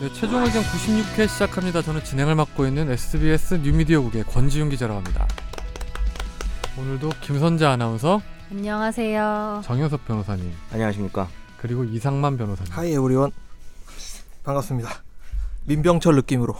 네, 최종 의견 96회 시작합니다. 저는 진행을 맡고 있는 SBS 뉴미디어국의 권지윤 기자라고 합니다. 오늘도 김선재 아나운서, 안녕하세요. 정현섭 변호사님, 안녕하십니까. 그리고 이상만 변호사님. 하이 에브리원 반갑습니다 민병철 느낌으로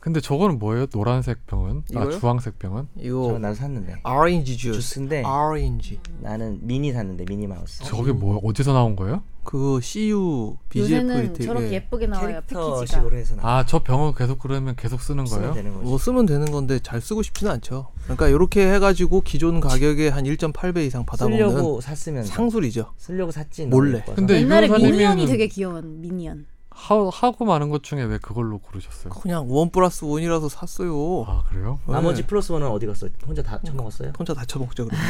근데 저거는 뭐예요? 노란색 병은? 아, 이거요? 주황색 병은? 이거 저거 난 샀는데. 오렌지 주스 주스인데 아. 오렌지 나는 미니 샀는데 미니 마우스. 저게 뭐야? 어디서 나온 거예요? 그거 CU BGF 요새는 되게 저렇게 예쁘게 나와요 패키지가. 캐릭터식으로 해서 나. 아, 저 병은 계속 그러면 계속 쓰는 거예요? 되는 거지. 뭐 쓰면 되는 건데 잘 쓰고 싶지는 않죠 그러니까 이렇게 해가지고 기존 가격의 한 1.8배 이상 받아먹는 쓰려고 샀으면 상술이죠 쓰려고 샀지. 몰래. 너무 예뻐서. 근데 이 옛날에 미니언이 변호사님은 되게 귀여운 미니언. 하, 하고 많은 것 중에 왜 그걸로 고르셨어요? 그냥 원 플러스 원이라서 샀어요 아, 그래요? 나머지 네. 플러스 원은 어디 갔어? 혼자 다 처먹었어요? 혼자 다 처먹죠 그러면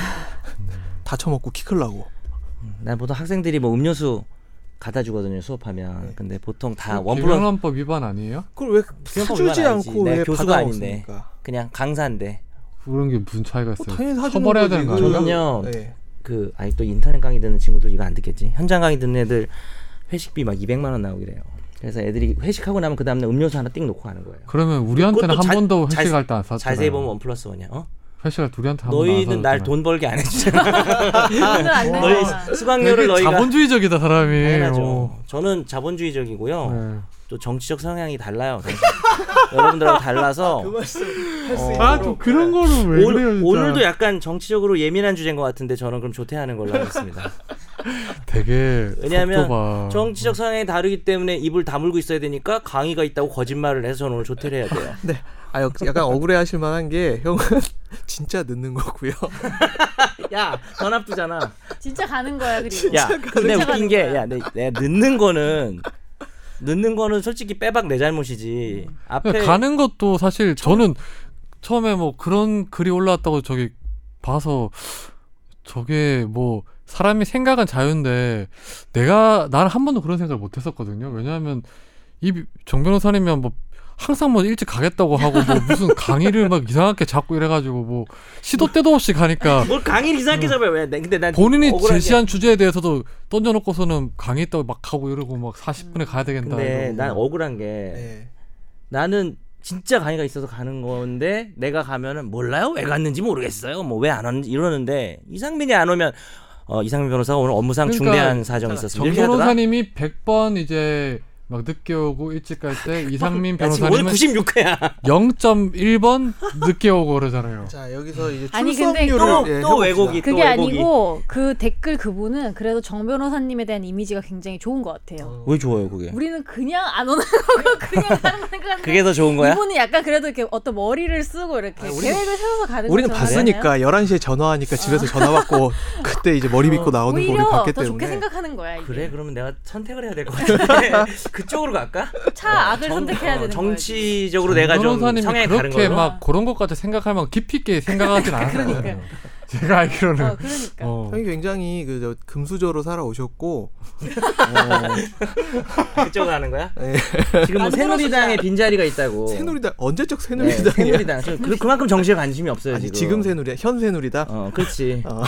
다 처먹고 키 클라고 난 보통 학생들이 뭐 음료수 갖다 주거든요 수업하면. 근데 보통 아, 다 원 플러스 뭐 기명란법 그 위반 아니에요? 그걸 왜 기념품 사주지 이건 아니지. 않고 내가 왜 교수가 아닌데. 받아먹습니까 뭐 그냥 강사인데 그런 게 무슨 차이가 있어요? 당연히 사주는 처벌해야 되는 거 거지, 아니에요? 그거는. 저는요. 네. 그 아니 또 인터넷 강의 듣는 친구들 이거 안 듣겠지. 현장 강의 듣는 애들 회식비 막 200만 원 나오기래요. 그래서 애들이 회식하고 나면 그 다음날 음료수 하나 띵 놓고 가는 거예요. 그러면 우리한테는 그것도 한 자- 번도 자- 회식할 때 안 샀잖아요. 자세히 보면 원 플러스 원이야. 어? 회식할 때 우리한테 한 번도 안 너희는 샀잖아요. 날 돈 벌게 안 해주잖아. 오늘 안 너희 되잖아. 수강료를 되게 너희가 자본주의적이다 사람이. 어. 당연하죠. 저는 자본주의적이고요. 네. 또 정치적 성향이 달라요. 사실. 여러분들하고 달라서 아 어. 좀 그런 거는 왜 그래요 오늘, 진짜. 오늘도 약간 정치적으로 예민한 주제인 것 같은데 저는 그럼 조퇴하는 걸로 하겠습니다. 되게 왜냐하면 속좁아. 정치적 성향이 다르기 때문에 입을 다물고 있어야 되니까 강의가 있다고 거짓말을 해서 저는 오늘 조퇴를 해야 돼요. 네. 아 역- 약간 억울해하실 만한 게 형은 진짜 늦는 거고요. 야, 전압두잖아. 진짜 가는 거야 그리고. 야, 근데 진짜 웃긴 가는 게, 거야. 야, 내, 내가 늦는 거는 늦는 거는 솔직히 빼박 내 잘못이지. 앞에 그러니까 가는 것도 사실 저는 처음에 뭐 그런 글이 올라왔다고 저기 봐서 저게 뭐 사람이 생각은 자유인데 내가 나는 한 번도 그런 생각을 못 했었거든요. 왜냐하면 이 정 변호사님이면 뭐 항상 뭐 일찍 가겠다고 하고 뭐 무슨 강의를 막 이상하게 잡고 이래가지고 뭐 시도 때도 없이 가니까 뭘 강의를 이상하게 잡아요. 왜? 내- 근데 난 본인이 억울한 게- 제시한 주제에 대해서도 던져놓고서는 강의 있다고 막 하고 이러고 막 40분에 가야 되겠다. 근데 이러고. 난 억울한 게 네. 나는 진짜 강의가 있어서 가는 건데 내가 가면은 몰라요 왜 갔는지 모르겠어요 뭐 왜 안 왔는지 이러는데 이상민이 안 오면 어, 이상민 변호사가 오늘 업무상 그러니까 중대한 사정이 있었습니다. 정 이렇게 하더라. 변호사님이 100번 이제 막 늦게 오고 일찍 갈 때 이상민 아, 야, 지금 오늘 변호사님은 96회야. 0.1번 늦게 오고 그러잖아요. 자 여기서 이제 아니, 근데 출석률을 또, 예, 또 해봅시다. 왜곡이 또 그게 왜곡이. 아니고 그 댓글 그분은 그래도 정 변호사님에 대한 이미지가 굉장히 좋은 것 같아요. 어. 왜 좋아요 뭐 그게? 우리는 그냥 안 오는 거고 그냥 가는 거니까. 그게 더 좋은 뭐 거야? 이분은 약간 그래도 이렇게 어떤 머리를 쓰고 이렇게 계획을 세워서 가는 우리는 것처럼 봤으니까 11시에 전화하니까 집에서 전화 받고 그때 이제 머리 빗고 나오는 하잖아요. 거를 아. 오히려 봤기 더 좋게 때문에 생각하는 거야. 이게. 그래 그러면 내가 선택을 해야 될 것 같은데 그쪽으로 갈까? 차 악을 정- 선택해야 어, 되는 거야. 이게. 정치적으로 내가 좀 변호사님이 성향이 다른 그렇게 걸로. 막 그런 것까지 생각할 만큼 깊이 있게 생각하진 그러니까. 않았거든요. 제가 알기로는. 어, 그러니까. 어. 형이 굉장히 그 저 금수저로 살아오셨고 그쪽으로 가는 거야? 네. 예. 지금 뭐 안 새누리당에 들어서잖아. 빈자리가 있다고. 새누리당 언제적 네, 새누리당이야? 새누리당. 저 그, 그만큼 정치에 관심이 없어요 아니 지금. 지금 새누리당 현 새누리당 어, 그렇지. 어.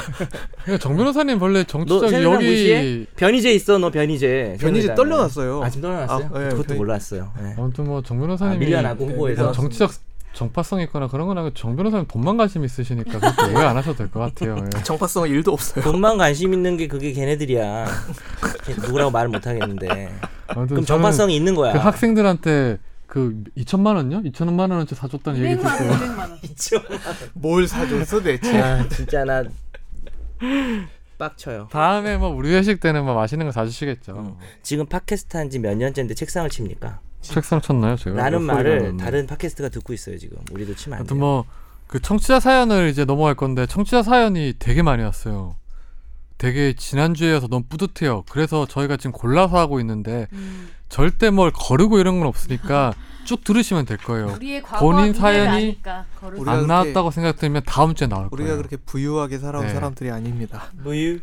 그러니까 정 변호사님 원래 너 정치적 새누리당 무시해? 여기 변희재 있어, 너 변희재. 변희재 새누리당에. 떨려놨어요. 아, 지금 떨려놨어요? 아, 예, 그것도 변희- 몰랐어요. 예. 아무튼 뭐 정 아, 변호사님이 밀려나고 그냥 후보에서. 뭐 정치적 정파성 있거나 그런 건 아니고 정 변호사님 돈만 관심 있으시니까 그렇게 오해 안 하셔도 될 것 같아요. 예. 정파성 일도 없어요. 돈만 관심 있는 게 그게 걔네들이야. 걔 누구라고 말 못하겠는데. 아무튼 그럼 저는 정파성이 있는 거야. 그 학생들한테 그 2천만 원요? 2천만 원어치 사줬다는 얘기 200만 원, 듣고 200만 원. 뭘 사줬어 대체? 아, 진짜 나 빡쳐요. 다음에 뭐 우리 회식 때는 뭐 맛있는 거 사주시겠죠. 음. 지금 팟캐스트 한 지 몇 년째인데 책상을 칩니까? 책상 쳤나요 제가? 라는 소리가 말을 나는데. 다른 팟캐스트가 듣고 있어요 지금. 우리도 치면 안 아무튼 돼요. 뭐 그 청취자 사연을 이제 넘어갈 건데 청취자 사연이 되게 많이 왔어요. 되게 지난주에여서 너무 뿌듯해요. 그래서 저희가 지금 골라서 하고 있는데 절대 뭘 거르고 이런 건 없으니까 쭉 들으시면 될 거예요. 우리의 과거 본인 미래를 사연이- 아니까 거를 우리가 안 그렇게- 나왔다고 생각되면 다음 주에 나올 우리가 거예요. 그렇게 부유하게 살아온 네. 사람들이 아닙니다. 뭐 무유.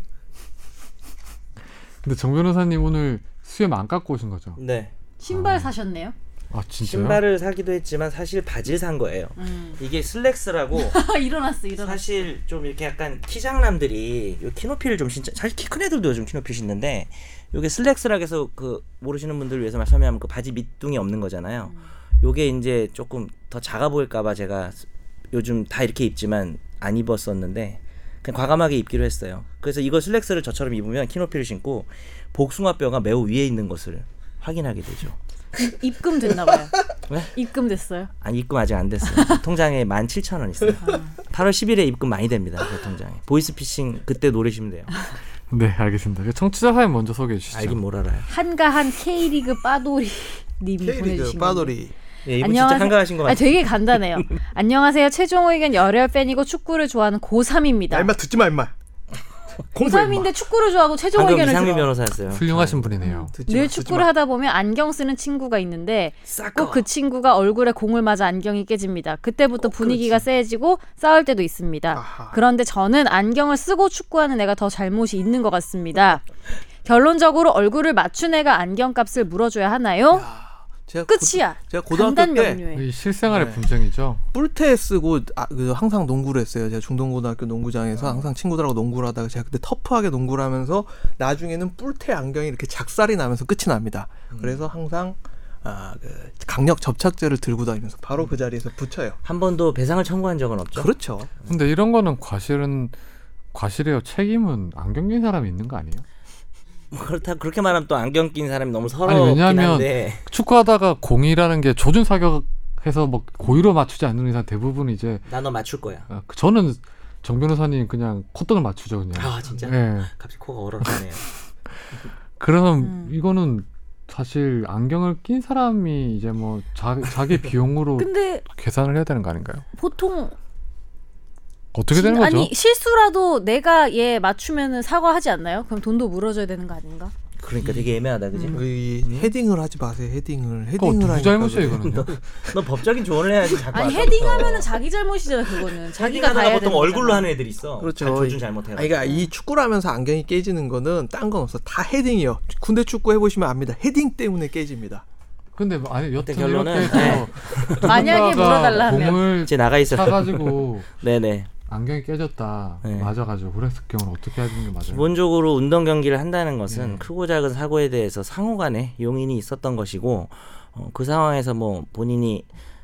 근데 정 변호사님 오늘 수염 안 깎고 오신 거죠? 네. 신발 사셨네요. 아 진짜요? 신발을 사기도 했지만 사실 바지를 산 거예요. 음. 이게 슬랙스라고 일어났어, 일어났어. 사실 좀 이렇게 약간 키장남들이 요 키높이를 좀 신자 사실 키 큰 애들도 요즘 키높이 신는데 요게 슬랙스락에서 그 모르시는 분들 위해서 설명하면 그 바지 밑둥이 없는 거잖아요. 음. 요게 이제 조금 더 작아 보일까봐 제가 스- 요즘 다 이렇게 입지만 안 입었었는데 그냥 과감하게 입기로 했어요. 그래서 이거 슬랙스를 저처럼 입으면 키노피를 신고 복숭아뼈가 매우 위에 있는 것을 확인하게 되죠. 입금 됐나 봐요. 네? 입금 됐어요. 아니 입금 아직 안 됐어요. 통장에 17,000원 있어요. 8월 10일에 입금 많이 됩니다. 제 통장에. 보이스피싱 그때 노리시면 돼요. 네, 알겠습니다. 그 청취자 사연 먼저 소개해 주시죠. 알긴 뭘 알아요. 한가한 K리그 빠돌이 님이 K리그 네. 보내주신 건데. 빠돌이 예, 이분 진짜 한가하신 것 아, 같아요. 되게 간단해요. 안녕하세요. 최종 의견 열혈 팬이고 축구를 좋아하는 야, 고3입니다. 임마 듣지 마 임마. 공부해 임마. 고3인데 축구를 좋아하고 최종 방금 의견을 이상민 좋아. 변호사였어요. 훌륭하신 분이네요. 듣지 마, 늘 듣지 축구를 마. 하다 보면 안경 쓰는 친구가 있는데 꼭 싸고 그 친구가 얼굴에 공을 맞아 안경이 깨집니다. 그때부터 분위기가 세지고 싸울 때도 있습니다. 아하. 그런데 저는 안경을 쓰고 축구하는 애가 더 잘못이 있는 것 같습니다. 결론적으로 얼굴을 맞춘 애가 안경값을 물어줘야 하나요? 제가 고- 끝이야. 제가 간단 고등학교 때 명료해. 이 실생활의 네. 분쟁이죠. 뿔테 쓰고 아, 그 항상 농구를 했어요. 제가 중동고등학교 농구장에서 항상 친구들하고 농구를 하다가 제가 그때 터프하게 농구를 하면서 나중에는 뿔테 안경이 이렇게 작살이 나면서 끝이 납니다. 음. 그래서 항상 아, 그 강력 접착제를 들고 다니면서 바로 그 자리에서 붙여요. 한 번도 배상을 청구한 적은 없죠. 그렇죠. 근데 이런 거는 과실은 과실이에요. 책임은 안경 낀 사람이 있는 거 아니에요? 뭐 그렇다 그렇게 말하면 또 안경 낀 사람이 너무 아니, 서럽긴 왜냐하면 한데 축구하다가 공이라는 게 조준 사격해서 뭐 고의로 맞추지 않는 이상 대부분 이제 나 너 맞출 거야. 아, 그- 저는 정 변호사님 그냥 콧등을 맞추죠 그냥. 아 진짜 예. 갑자기 코가 얼얼하네요. 그래서 음. 이거는 사실 안경을 낀 사람이 이제 뭐 자, 자기 비용으로 근데 계산을 해야 되는 거 아닌가요? 보통 어떻게 진- 되는 거죠? 어, 아니 실수라도 내가 얘 맞추면은 사과하지 않나요? 그럼 돈도 물어줘야 되는 거 아닌가? 그러니까 되게 애매하다 그지? 이 헤딩을 하지 마세요. 헤딩을 음. 그거 헤딩을 누구 하니까 잘못이에요 그래요. 이거는요? 너 법적인 조언을 해야지 자꾸. 아니 아까부터. 헤딩하면은 자기 잘못이잖아 그거는 자기가 다 헤딩하다가 해야 되는 보통 얼굴로 거잖아. 하는 애들이 있어. 그렇죠. 잘 조준 네. 잘못해. 아니, 그러니까 이 축구를 하면서 안경이 깨지는 거는 딴 건 없어. 다 헤딩이요. 군대 축구 해보시면 압니다. 헤딩 때문에 깨집니다. 근데 뭐- 아니 여튼 그때 결론은- 네. 이렇게 해서 만약에 누군가가 물어달라 하면. 공을 이제 나가 있어. 사가지고 네네. 안경이 깨졌다 네. 맞아가지고 그랬을 경우는 어떻게 하는 게 맞아요? 기본적으로 운동 경기를 한다는 것은 네. 크고 작은 사고에 대해서 상호간에 용인이 있었던 것이고 어, 그 상황에서 뭐 본인이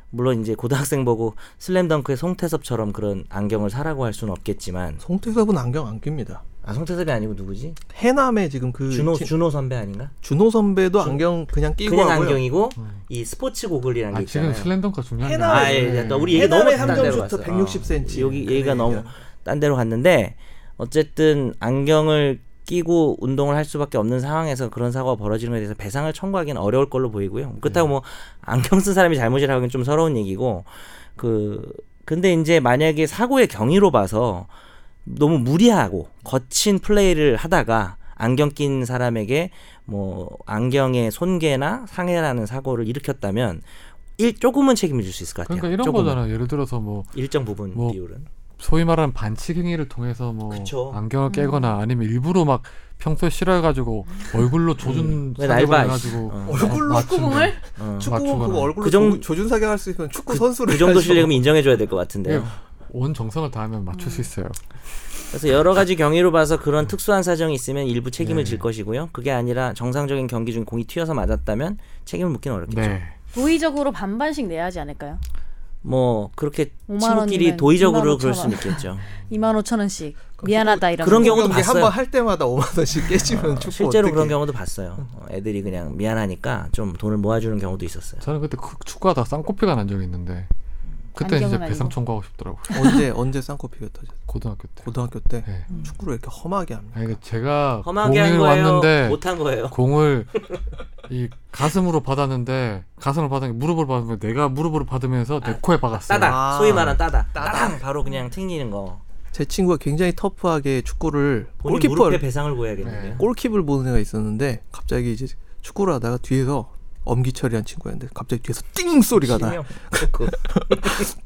물론 이제 고등학생 보고 슬램덩크의 송태섭처럼 그런 안경을 사라고 할 수는 없겠지만 송태섭은 안경 안 낍니다. 아 송태섭이 아니고 누구지? 해남에 지금 그 준호 진- 준호 선배 아닌가? 준호 선배도 안경 그냥 끼고 그냥 하고요. 안경이고 이 스포츠 고글이라는 아 게 지금 있잖아요. 슬램덩크 중요한 해나- 아, 예, 예. 또 우리 얘기 너무 해남의 딴 함정 데로 슈터 그러니까. 갔어. 160cm. 어, 여기 그래, 얘기가 너무 얘기하네. 딴 데로 갔는데 어쨌든 안경을 끼고 운동을 할 수밖에 없는 상황에서 그런 사고가 벌어지는 것에 대해서 배상을 청구하기는 어려울 걸로 보이고요. 네. 그렇다고 뭐 안경 쓴 사람이 잘못이라고 하기는 좀 서러운 얘기고 그 근데 이제 만약에 사고의 경위로 봐서 너무 무리하고 거친 플레이를 하다가 안경 낀 사람에게 뭐 안경의 손괴나 상해라는 사고를 일으켰다면 일 조금은 책임을 질 수 있을 것 같아요. 그러니까 이런 네, 조금은. 거잖아요. 예를 들어서 뭐 일정 부분 뭐 비율은 소위 말하는 반칙 행위를 통해서 뭐 그쵸. 음. 안경을 깨거나 아니면 일부로 막 평소에 싫어해가지고 얼굴로 조준 음. 왜 날봐, 해가지고 어. 얼굴로 축구공을 어. 아, 축구 맞추거나. 그거 얼굴로 그 정도- 조- 조준 사격할 수 있으면 축구 선수를 그 그러니까 정도 해야죠. 실력이면 인정해줘야 될 것 예. 같은데요. 온 정성을 다하면 맞출 음. 수 있어요. 그래서 여러 가지 경위로 봐서 그런 특수한 사정이 있으면 일부 책임을 네. 질 것이고요. 그게 아니라 정상적인 경기 중에 공이 튀어서 맞았다면 책임을 묻기는 어렵겠죠. 네. 도의적으로 반반씩 내야 하지 않을까요? 뭐 그렇게 5만 친구끼리 원이면 도의적으로 25,000 그럴 수는 있겠죠. 2만 5천 원씩 미안하다 이런 그런 거. 경우도 경기 봤어요. 한번 할 때마다 5만 원씩 깨지면 축구 아, 실제로 어떻게 그런 경우도 봤어요. 어, 애들이 그냥 미안하니까 좀 돈을 모아주는 경우도 있었어요. 저는 그때 그- 축구하다 쌍코피가 난 적이 있는데 그때 안경은 이제 아니고. 배상 청구하고 싶더라고요. 언제 언제 쌍꺼피가 터졌어? 고등학교 때. 고등학교 때 네. 음. 축구를 이렇게 험하게 합니다. 아니 그러니까 제가 험하게 한 공을 거예요. 왔는데 못한 거예요. 공을 이 가슴으로 받았는데 가슴으로 받았는데 무릎으로 받으면 내가 무릎으로 받으면서 내 코에 박았어요. 따당 아. 소위 말하는 따당 따당 바로 그냥 튕기는 거. 제 친구가 굉장히 터프하게 축구를 본인 무릎에 골키퍼를 네. 배상을 구해야겠는데요. 골킵을 보는 애가 있었는데 갑자기 이제 축구를 하다가 뒤에서 엄기철이란 친구였는데 갑자기 뒤에서 띵 소리가 나. 신명 좋고.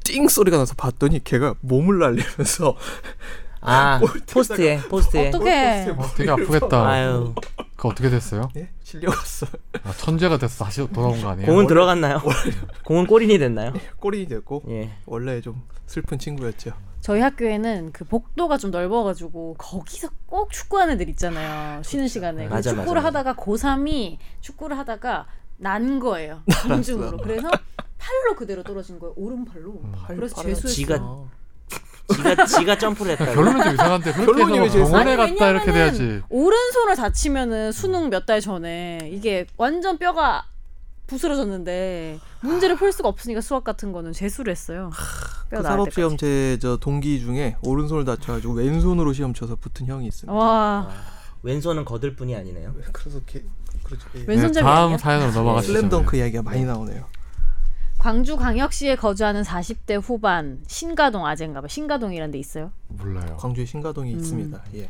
띵 소리가 나서 봤더니 걔가 몸을 날리면서 아 포스트에 포스트에 네. 어떡해. 아, 되게 아프겠다. 아유 그 어떻게 됐어요? 예? 실려갔어. 아, 천재가 됐어. 다시 돌아온 거 아니에요? 공은 들어갔나요? 공은 꼬린이 됐나요? 꼬리 됐고 예. 원래 좀 슬픈 친구였죠. 그 저희 학교에는 그 복도가 좀 넓어가지고 거기서 꼭 축구하는 애들 있잖아요. 쉬는 시간에. 그래서 맞아, 축구를 맞아, 하다가 고3이 축구를 하다가 난 거예요. 공중으로. 그래서 팔로 그대로 떨어진 거예요. 오른팔로. 그래서 죄수했어요. 지가 지가 지가 점프를 그러니까 했다고. 결론은 좀 이상한데 그렇게 결론이 왜 해서 제일 병원에 아니, 갔다 이렇게 왜냐면은 돼야지. 오른손을 다치면은 수능 몇 달 전에 이게 완전 뼈가 부스러졌는데 문제를 풀 수가 없으니까 수학 같은 거는 재수를 했어요. 뼈 그 나을 사법 때까지. 시험 제저 동기 중에 오른손을 다쳐가지고 왼손으로 시험 쳐서 붙은 형이 어. 있습니다. 네. 와 왼손은 거들 뿐이 아니네요. 그래서 게, 그렇죠. 예. 네, 왼손잡이 다음 아니야? 사연으로 넘어가시죠. 슬램덩크 이야기가 많이 나오네요. 광주광역시에 거주하는 40대 후반 신가동 아젠가봐 신가동이란 데 있어요. 몰라요. 광주에 음. 신가동이 있습니다. 예.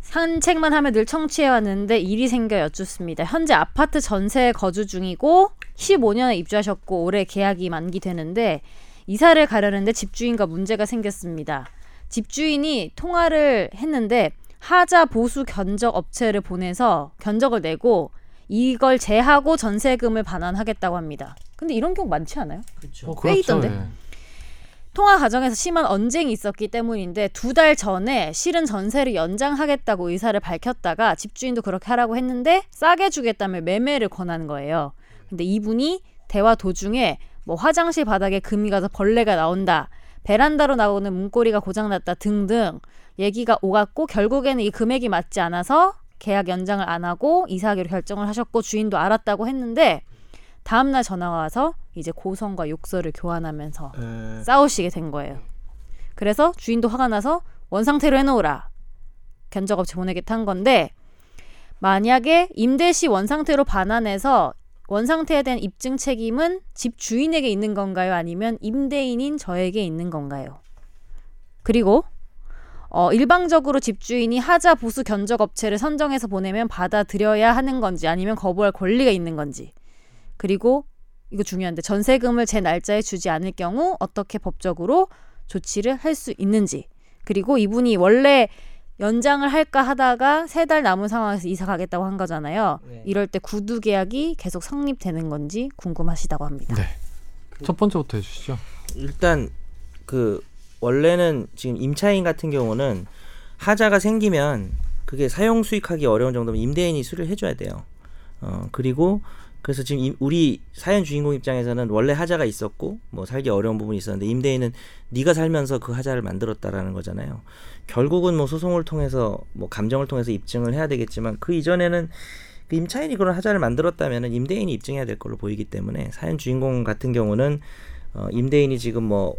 산책만 하며 늘 청취해 왔는데 일이 생겨 여쭙습니다. 현재 아파트 전세에 거주 중이고 15년에 입주하셨고 올해 계약이 만기되는데 이사를 가려는데 집주인과 문제가 생겼습니다. 집주인이 통화를 했는데 하자 보수 견적 업체를 보내서 견적을 내고 이걸 제하고 전세금을 반환하겠다고 합니다. 근데 이런 경우 많지 않아요? 어, 꽤 있던데? 예. 통화 과정에서 심한 언쟁이 있었기 때문인데 두 달 전에 실은 전세를 연장하겠다고 의사를 밝혔다가 집주인도 그렇게 하라고 했는데 싸게 주겠다며 매매를 권하는 거예요. 근데 이분이 대화 도중에 뭐 화장실 바닥에 금이 가서 벌레가 나온다. 베란다로 나오는 문고리가 고장났다 등등 얘기가 오갔고 결국에는 이 금액이 맞지 않아서 계약 연장을 안 하고 이사하기로 결정을 하셨고 주인도 알았다고 했는데 다음날 전화가 와서 이제 고성과 욕설을 교환하면서 에, 싸우시게 된 거예요. 그래서 주인도 화가 나서 원상태로 해놓으라. 견적업체 보내겠다 한 건데 만약에 임대 시 원상태로 반환해서 원상태에 대한 입증 책임은 집 주인에게 있는 건가요? 아니면 임대인인 저에게 있는 건가요? 그리고 어, 일방적으로 집주인이 하자 보수 견적 업체를 선정해서 보내면 받아들여야 하는 건지 아니면 거부할 권리가 있는 건지 그리고 이거 중요한데 전세금을 제 날짜에 주지 않을 경우 어떻게 법적으로 조치를 할 수 있는지 그리고 이분이 원래 연장을 할까 하다가 세 달 남은 상황에서 이사 가겠다고 한 거잖아요. 네. 이럴 때 구두 계약이 계속 성립되는 건지 궁금하시다고 합니다. 네. 첫 번째부터 해주시죠. 일단 그 원래는 지금 임차인 같은 경우는 하자가 생기면 그게 사용 수익하기 어려운 정도면 임대인이 수리를 해줘야 돼요. 어 그리고 그래서 지금 이- 우리 사연 주인공 입장에서는 원래 하자가 있었고 뭐 살기 어려운 부분이 있었는데 임대인은 네가 살면서 그 하자를 만들었다라는 거잖아요. 결국은 뭐 소송을 통해서 뭐 감정을 통해서 입증을 해야 되겠지만 그 이전에는 그 임차인이 그런 하자를 만들었다면은 임대인이 입증해야 될 걸로 보이기 때문에 사연 주인공 같은 경우는 어, 임대인이 지금 뭐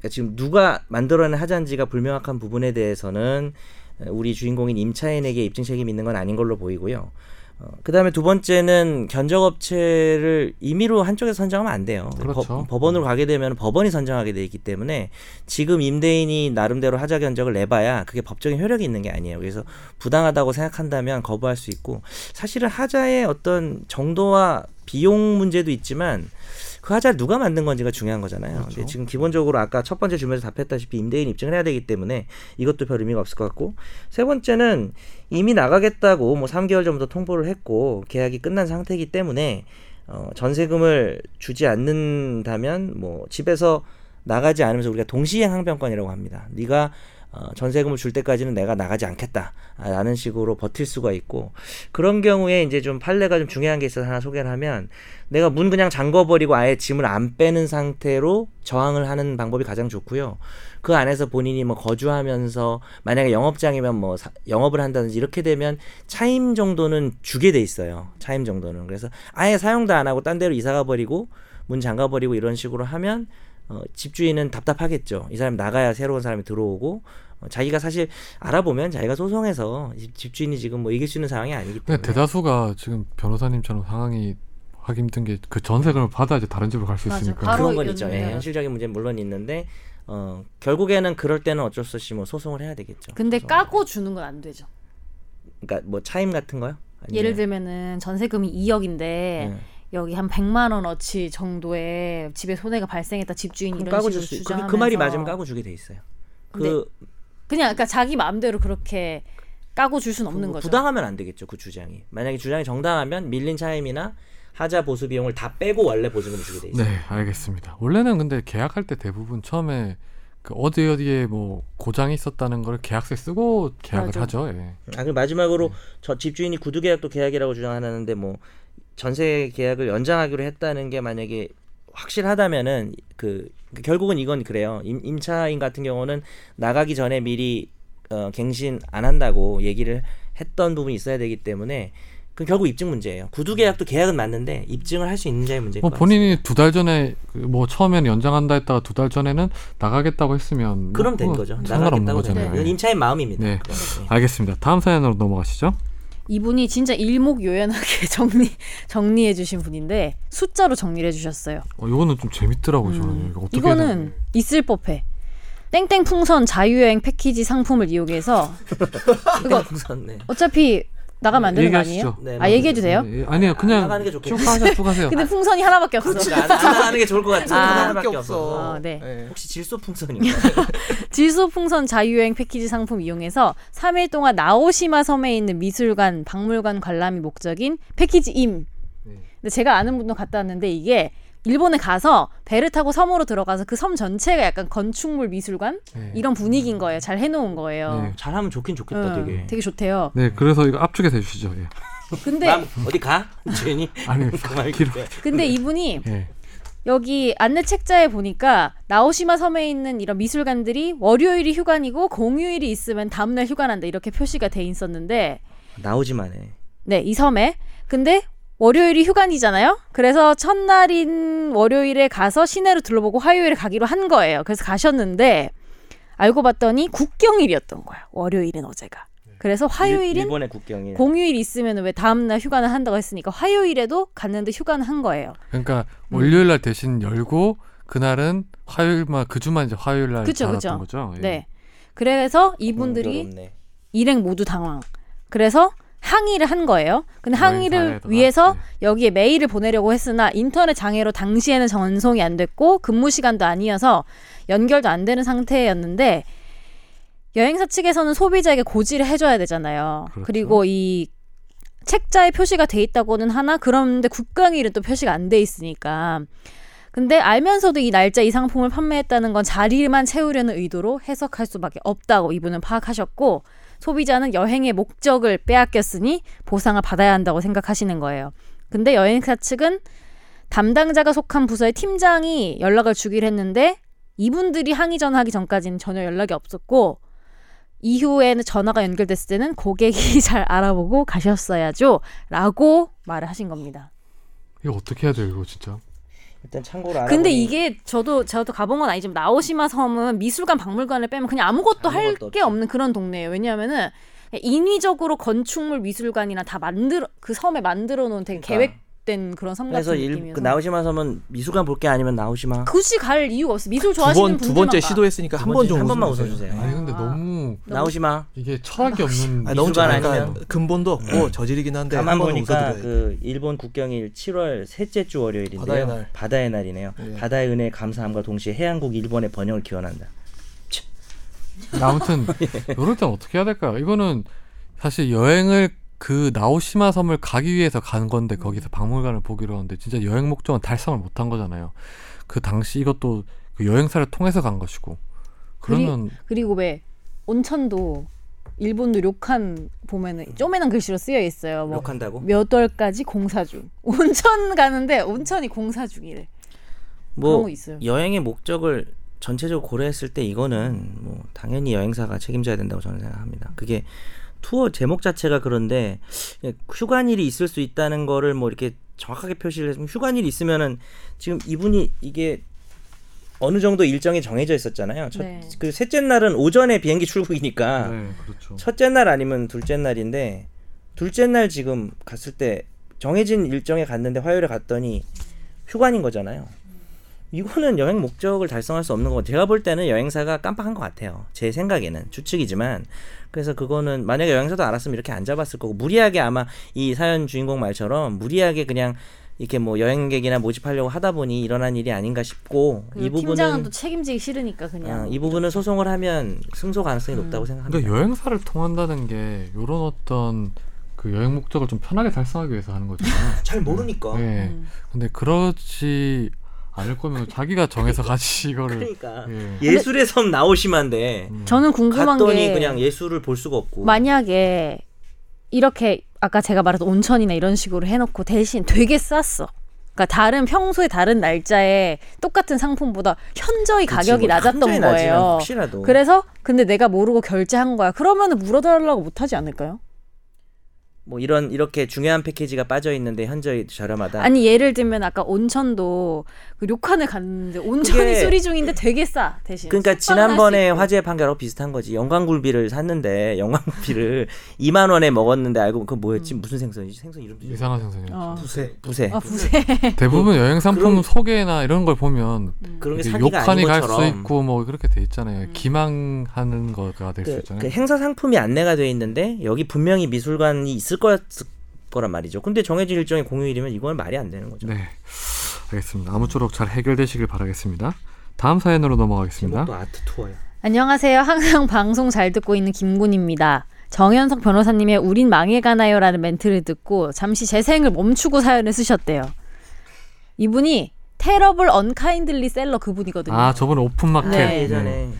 그러니까 지금 누가 만들어낸 하자인지가 불명확한 부분에 대해서는 우리 주인공인 임차인에게 입증 책임이 있는 건 아닌 걸로 보이고요. 어, 그다음에 두 번째는 견적업체를 임의로 한쪽에서 선정하면 안 돼요. 그렇죠. 법, 원으로 가게 되면 법원이 선정하게 돼 있기 때문에 지금 임대인이 나름대로 하자 견적을 내봐야 그게 법적인 효력이 있는 게 아니에요. 그래서 부당하다고 생각한다면 거부할 수 있고 사실은 하자의 어떤 정도와 비용 문제도 있지만 그 하자를 누가 만든 건지가 중요한 거잖아요. 근데 지금 기본적으로 아까 첫 번째 질문에서 답했다시피 임대인 입증을 해야 되기 때문에 이것도 별 의미가 없을 것 같고 세 번째는 이미 나가겠다고 뭐 3개월 전부터 통보를 했고 계약이 끝난 상태이기 때문에 어, 전세금을 주지 않는다면 뭐 집에서 나가지 않으면서 우리가 동시행 항변권이라고 합니다. 네가 어, 전세금을 줄 때까지는 내가 나가지 않겠다라는 식으로 버틸 수가 있고 그런 경우에 이제 좀 판례가 좀 중요한 게 있어서 하나 소개를 하면 내가 문 그냥 잠궈버리고 아예 짐을 안 빼는 상태로 저항을 하는 방법이 가장 좋고요. 그 안에서 본인이 뭐 거주하면서 만약에 영업장이면 뭐 사- 영업을 한다든지 이렇게 되면 차임 정도는 주게 돼 있어요. 차임 정도는 그래서 아예 사용도 안 하고 딴 데로 이사가 버리고 문 잠가 버리고 이런 식으로 하면 어, 집주인은 답답하겠죠. 이 사람 나가야 새로운 사람이 들어오고 어, 자기가 사실 알아보면 자기가 소송해서 이 집주인이 지금 뭐 이길 수 있는 상황이 아니기 때문에 네. 근데 대다수가 지금 변호사님처럼 상황이 하기 힘든 게 그 전세금을 받아야지 다른 집으로 갈 수 맞아. 있으니까. 바로 그런 건 있죠. 예, 연결해서. 현실적인 문제는 물론 있는데 어, 결국에는 그럴 때는 어쩔 수 없이 뭐 소송을 해야 되겠죠. 근데 그래서- 까고 주는 건 안 되죠. 그러니까 뭐 차임 같은 거요? 아니면- 예를 들면은 전세금이 2억인데 예. 여기 한 100만 원어치 정도의 집에 손해가 발생했다 집주인이 그럼 이런 까고 식으로 줄수 그, 있고 주장하면서 그 말이 맞으면 까고 주게 돼 있어요. 그 그냥 그러니까 자기 마음대로 그렇게 까고 줄 수는 없는 그 거죠. 부당하면 안 되겠죠 그 주장이. 만약에 주장이 정당하면 밀린 차임이나 하자 보수 비용을 다 빼고 원래 보증금 주게 돼 있어요. 네, 알겠습니다. 원래는 근데 계약할 때 대부분 처음에 그 어디 어디에 뭐 고장이 있었다는 걸 계약서에 쓰고 계약을 맞아. 하죠. 예. 아, 그리고 마지막으로 저 집주인이 구두 계약도 계약이라고 주장하는데 뭐 전세 계약을 연장하기로 했다는 게 만약에 확실하다면은 그 결국은 이건 그래요. 임, 임차인 같은 경우는 나가기 전에 미리 어, 갱신 안 한다고 얘기를 했던 부분이 있어야 되기 때문에 그 결국 입증 문제예요. 구두 계약도 계약은 맞는데 입증을 할 수 있는지의 문제일 음. 뭐 것 본인이 두 달 전에 그뭐 처음에는 연장한다 했다가 두 달 전에는 나가겠다고 했으면 그럼 된 뭐 거죠. 상관없는 나가겠다고 되는 거잖아요. 거예요. 예. 임차인 마음입니다. 네. 그건. 예. 알겠습니다. 다음 사연으로 넘어가시죠. 이분이 진짜 일목요연하게 정리 정리해 주신 분인데 숫자로 정리를 해 주셨어요. 어, 이거는 좀 재밌더라고요. 저는 이거 어떻게 음. 이거는 있을 법해. 땡땡 풍선 자유여행 패키지 상품을 이용해서 그거 네. 어차피 나가면 안 되는 거 아니에요? 얘기하시죠. 네, 아 얘기해 주세요. 예, 아니요, 안 그냥 나가는 게 좋겠네. 쭉 하세요, 쭉 하세요. 근데 풍선이 하나밖에 없어. 그렇죠. 안, 안 나가는 게 좋을 것 같아요. 아, 하나밖에 없어. 없어. 아, 네. 예. 혹시 질소 풍선이요? 질소 풍선 자유여행 패키지 상품 이용해서 3일 동안 나오시마 섬에 있는 미술관, 박물관 관람이 목적인 패키지 임. 네. 근데 제가 아는 분도 갔다 왔는데 이게 일본에 가서 배를 타고 섬으로 들어가서 그 섬 전체가 약간 건축물 미술관 네. 이런 분위기인 거예요. 잘 해놓은 거예요. 네. 잘하면 좋긴 좋겠다 응, 되게. 어, 되게 좋대요. 네, 그래서 이거 압축해서 해주시죠. 예. 근데 남 어디 가? 주연이 아니, 정말 길어. 그때. 근데 이분이 예. 여기 안내 책자에 보니까 나오시마 섬에 있는 이런 미술관들이 월요일이 휴관이고 공휴일이 있으면 다음날 휴관한다 이렇게 표시가 돼 있었는데 나오지만 해. 네, 이 섬에. 근데 월요일이 휴관이잖아요. 그래서 첫날인 월요일에 가서 시내를 둘러보고 화요일에 가기로 한 거예요. 그래서 가셨는데 알고 봤더니 국경일이었던 거야. 월요일은 어제가. 그래서 네. 일- 화요일인 일본의 국경이 공휴일 있으면 왜 다음날 휴관을 한다고 했으니까 화요일에도 갔는데 휴관을 한 거예요. 그러니까 음. 월요일 날 대신 열고 그날은 화요일만 그 주만 이제 화요일 날 그쵸, 닫았던 그쵸. 거죠. 아, 예. 네. 그래서 이분들이 일행 모두 당황. 그래서 항의를 한 거예요. 근데 항의를 사례에다가, 위해서 네. 여기에 메일을 보내려고 했으나 인터넷 장애로 당시에는 전송이 안 됐고 근무 시간도 아니어서 연결도 안 되는 상태였는데 여행사 측에서는 소비자에게 고지를 해줘야 되잖아요. 그렇죠. 그리고이 책자에 표시가 돼 있다고는 하나 그런데 국경일은 또 표시가 안 돼 있으니까 근데 알면서도 이 날짜 이 상품을 판매했다는 건 자리만 채우려는 의도로 해석할 수밖에 없다고 이분은 파악하셨고 소비자는 여행의 목적을 빼앗겼으니 보상을 받아야 한다고 생각하시는 거예요. 근데 여행사 측은 담당자가 속한 부서의 팀장이 연락을 주기로 했는데 이분들이 항의 전화하기 전까지는 전혀 연락이 없었고 이후에는 전화가 연결됐을 때는 고객이 잘 알아보고 가셨어야죠 라고 말을 하신 겁니다. 이거 어떻게 해야 돼요, 이거 진짜? 일단 참고로 알아보니 근데 이게 저도 저도 가본 건 아니지만 나오시마 섬은 미술관 박물관을 빼면 그냥 아무것도 할 아무것도 게 없죠. 없는 그런 동네예요. 왜냐하면은 인위적으로 건축물 미술관이나 다 만들어 그 섬에 만들어 놓은 되게 그러니까. 계획된 그런 섬 같은 그래서 일, 느낌이어서 그 그 나오시마 섬은 미술관 볼 게 아니면 나오시마 굳이 갈 이유가 없어. 미술 두 좋아하시는 번, 두 분들만 번째 가. 시도했으니까 두 한 번 번째- 정도 한 번만 웃어주세요. 웃어주세요. 네. 아니 근데 너무 나오시마 이게 철학이 없는 아, 너무 미술관 약간 아니면- 근본도 없고 저질이긴 한데 가만 한번 보니까 웃어드려요. 그 일본 국경일 7월 셋째 주 월요일인데요. 바다의 날. 바다의 날이네요. 예. 바다의 은혜에 감사함과 동시에 해양국 일본의 번영을 기원한다. 아무튼 예. 이럴 땐 어떻게 해야 될까요? 이거는 사실 여행을 그 나오시마 섬을 가기 위해서 간 건데 음. 거기서 박물관을 보기로 하는데 진짜 여행 목적은 달성을 못 한 거잖아요. 그 당시 이것도 그 여행사를 통해서 간 것이고 그러면 그리고 왜 온천도 일본도 료칸 보면은 쪼매난 글씨로 쓰여 있어요. 뭐 욕한다고? 몇 월까지 공사 중. 온천 가는데 온천이 공사 중이래. 그런 거 있어요. 뭐 여행의 목적을 전체적으로 고려했을 때 이거는 뭐 당연히 여행사가 책임져야 된다고 저는 생각합니다. 그게 투어 제목 자체가 그런데 휴관일이 있을 수 있다는 거를 뭐 이렇게 정확하게 표시를 해서 휴관일이 있으면은 지금 이분이 이게 어느 정도 일정이 정해져 있었잖아요. 첫, 네. 그 셋째 날은 오전에 비행기 출국이니까 네 그렇죠. 첫째 날 아니면 둘째 날인데 둘째 날 지금 갔을 때 정해진 일정에 갔는데 화요일에 갔더니 휴관인 거잖아요. 이거는 여행 목적을 달성할 수 없는 거고 제가 볼 때는 여행사가 깜빡한 것 같아요. 제 생각에는 추측이지만 그래서 그거는 만약에 여행사도 알았으면 이렇게 안 잡았을 거고 무리하게 아마 이 사연 주인공 말처럼 무리하게 그냥 이렇게 뭐 여행객이나 모집하려고 하다 보니 일어난 일이 아닌가 싶고 그 이 팀장은 부분은 또 책임지기 싫으니까 그냥 아, 이 부분은 소송을 하면 승소 가능성이 음. 높다고 생각합니다. 근데 그러니까 여행사를 통한다는 게 요런 어떤 그 여행 목적을 좀 편하게 달성하기 위해서 하는 거잖아요. 잘 모르니까. 예. 음. 근데 그렇지 않을 거면 자기가 정해서 같이 이거를 그러니까 예. 예술의 섬 나오시만데 음. 저는 궁금한 갔더니 게 그냥 예술을 볼 수가 없고 만약에 이렇게 아까 제가 말했던 온천이나 이런 식으로 해놓고 대신 되게 쌌어. 그러니까 다른 평소에 다른 날짜에 똑같은 상품보다 현저히 그치, 가격이 뭐 낮았던 현저히 낮으면 거예요. 혹시라도 그래서 근데 내가 모르고 결제한 거야. 그러면은 물어달라고 못하지 않을까요? 뭐 이런 이렇게 중요한 패키지가 빠져 있는데 현저히 저렴하다. 아니 예를 들면 아까 온천도 그 료칸을 갔는데 온천이 그게- 수리 중인데 되게 싸 대신. 그러니까 숙박은 할수 지난번에 있고. 화재 판결하고 비슷한 거지. 영광굴비를 샀는데 영광굴비를 2만 원에 먹었는데 알고 그 뭐였지? 무슨 생선이지? 생선 이름도 잊었어. 이상한 생선이죠. 음. 어. 부세. 부세. 아 부세. 대부분 여행 상품 그럼- 소개나 이런 걸 보면 그런 게 이제 사기가 욕한이 아닌 갈 수 것처럼 음. 있고 뭐 그렇게 돼 있잖아요. 기망하는 거가 될 수 그, 있잖아요. 그 행사 상품이 안내가 돼 있는데 여기 분명히 미술관이 있을 거 거란 말이죠. 근데 정해진 일정이 공휴일이면 이건 말이 안 되는 거죠. 네. 알겠습니다. 아무쪼록 잘 해결되시길 바라겠습니다. 다음 사연으로 넘어가겠습니다. 제목도 아트 투어야. 안녕하세요. 항상 방송 잘 듣고 있는 김군입니다. 정현석 변호사님의 우린 망해가나요? 라는 멘트를 듣고 잠시 재생을 멈추고 사연을 쓰셨대요. 이분이 테러블 언카인들리 셀러 그분이거든요. 아, 저번에 오픈마켓. 네. 아, 네. 예전에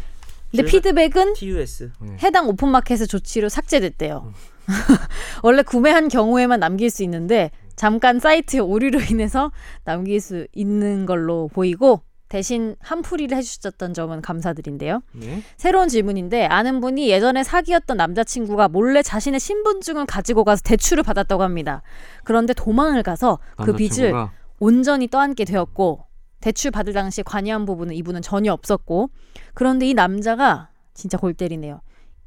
근데 그래서- 피드백은 TUS 해당 오픈마켓의 조치로 삭제됐대요. 원래 구매한 경우에만 남길 수 있는데 잠깐 사이트의 오류로 인해서 남길 수 있는 걸로 보이고 대신 한풀이를 해주셨던 점은 감사드린데요. 네. 새로운 질문인데 아는 분이 예전에 사귀었던 남자친구가 몰래 자신의 신분증을 가지고 가서 대출을 받았다고 합니다. 그런데 도망을 가서 그 빚을 남자친구가 온전히 떠안게 되었고 대출 받을 당시 관여한 부분은 이분은 전혀 없었고 그런데 이 남자가 진짜 골 때리네요.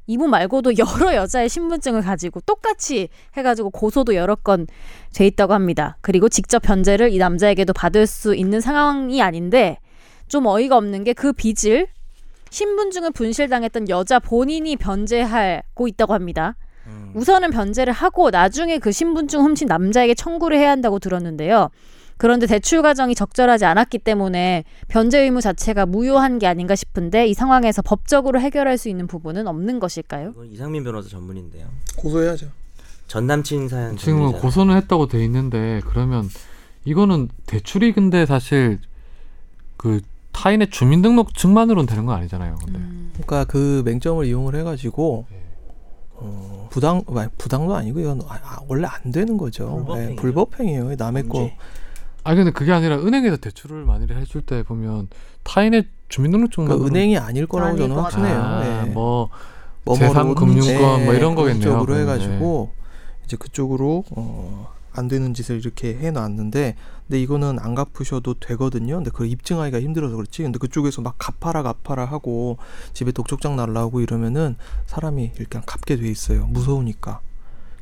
이분 말고도 여러 여자의 신분증을 가지고 똑같이 해가지고 고소도 여러 건 돼 있다고 합니다. 그리고 직접 변제를 이 남자에게도 받을 수 있는 상황이 아닌데 좀 어이가 없는 게 그 빚을 신분증을 분실당했던 여자 본인이 변제하고 있다고 합니다. 우선은 변제를 하고 나중에 그 신분증 훔친 남자에게 청구를 해야 한다고 들었는데요. 그런데 대출 과정이 적절하지 않았기 때문에 변제 의무 자체가 무효한 게 아닌가 싶은데 이 상황에서 법적으로 해결할 수 있는 부분은 없는 것일까요? 이건 이상민 변호사 전문인데요. 고소해야죠. 전 남친 사연 지금은 뭐 전문이잖아요. 고소는 했다고 돼 있는데 그러면 이거는 대출이 근데 사실 그 타인의 주민등록증만으로는 되는 건 아니잖아요. 근데 음. 그러니까 그 맹점을 이용을 해가지고 네. 어, 부당 아니, 부당도 아니고 이건 아, 아, 원래 안 되는 거죠. 불법행위죠. 예, 불법행위예요. 남의 거 언제? 아니 근데 그게 아니라 은행에서 대출을 만일에 해줄 때 보면 타인의 주민등록증만 그러니까 은행이 아닐 거라고 아닐 저는 것 같아요. 확신해요. 아, 예. 뭐 뭐뭐로 재산금융권 예, 뭐 이런 그런 거겠네요. 쪽으로 그러면, 해가지고 이제 그쪽으로 어, 안 되는 짓을 이렇게 해놨는데 근데 이거는 안 갚으셔도 되거든요. 근데 그걸 입증하기가 힘들어서 그렇지. 근데 그쪽에서 막 갚아라 갚아라 하고 집에 독촉장 날라오고 이러면은 사람이 이렇게 갚게 돼 있어요. 무서우니까.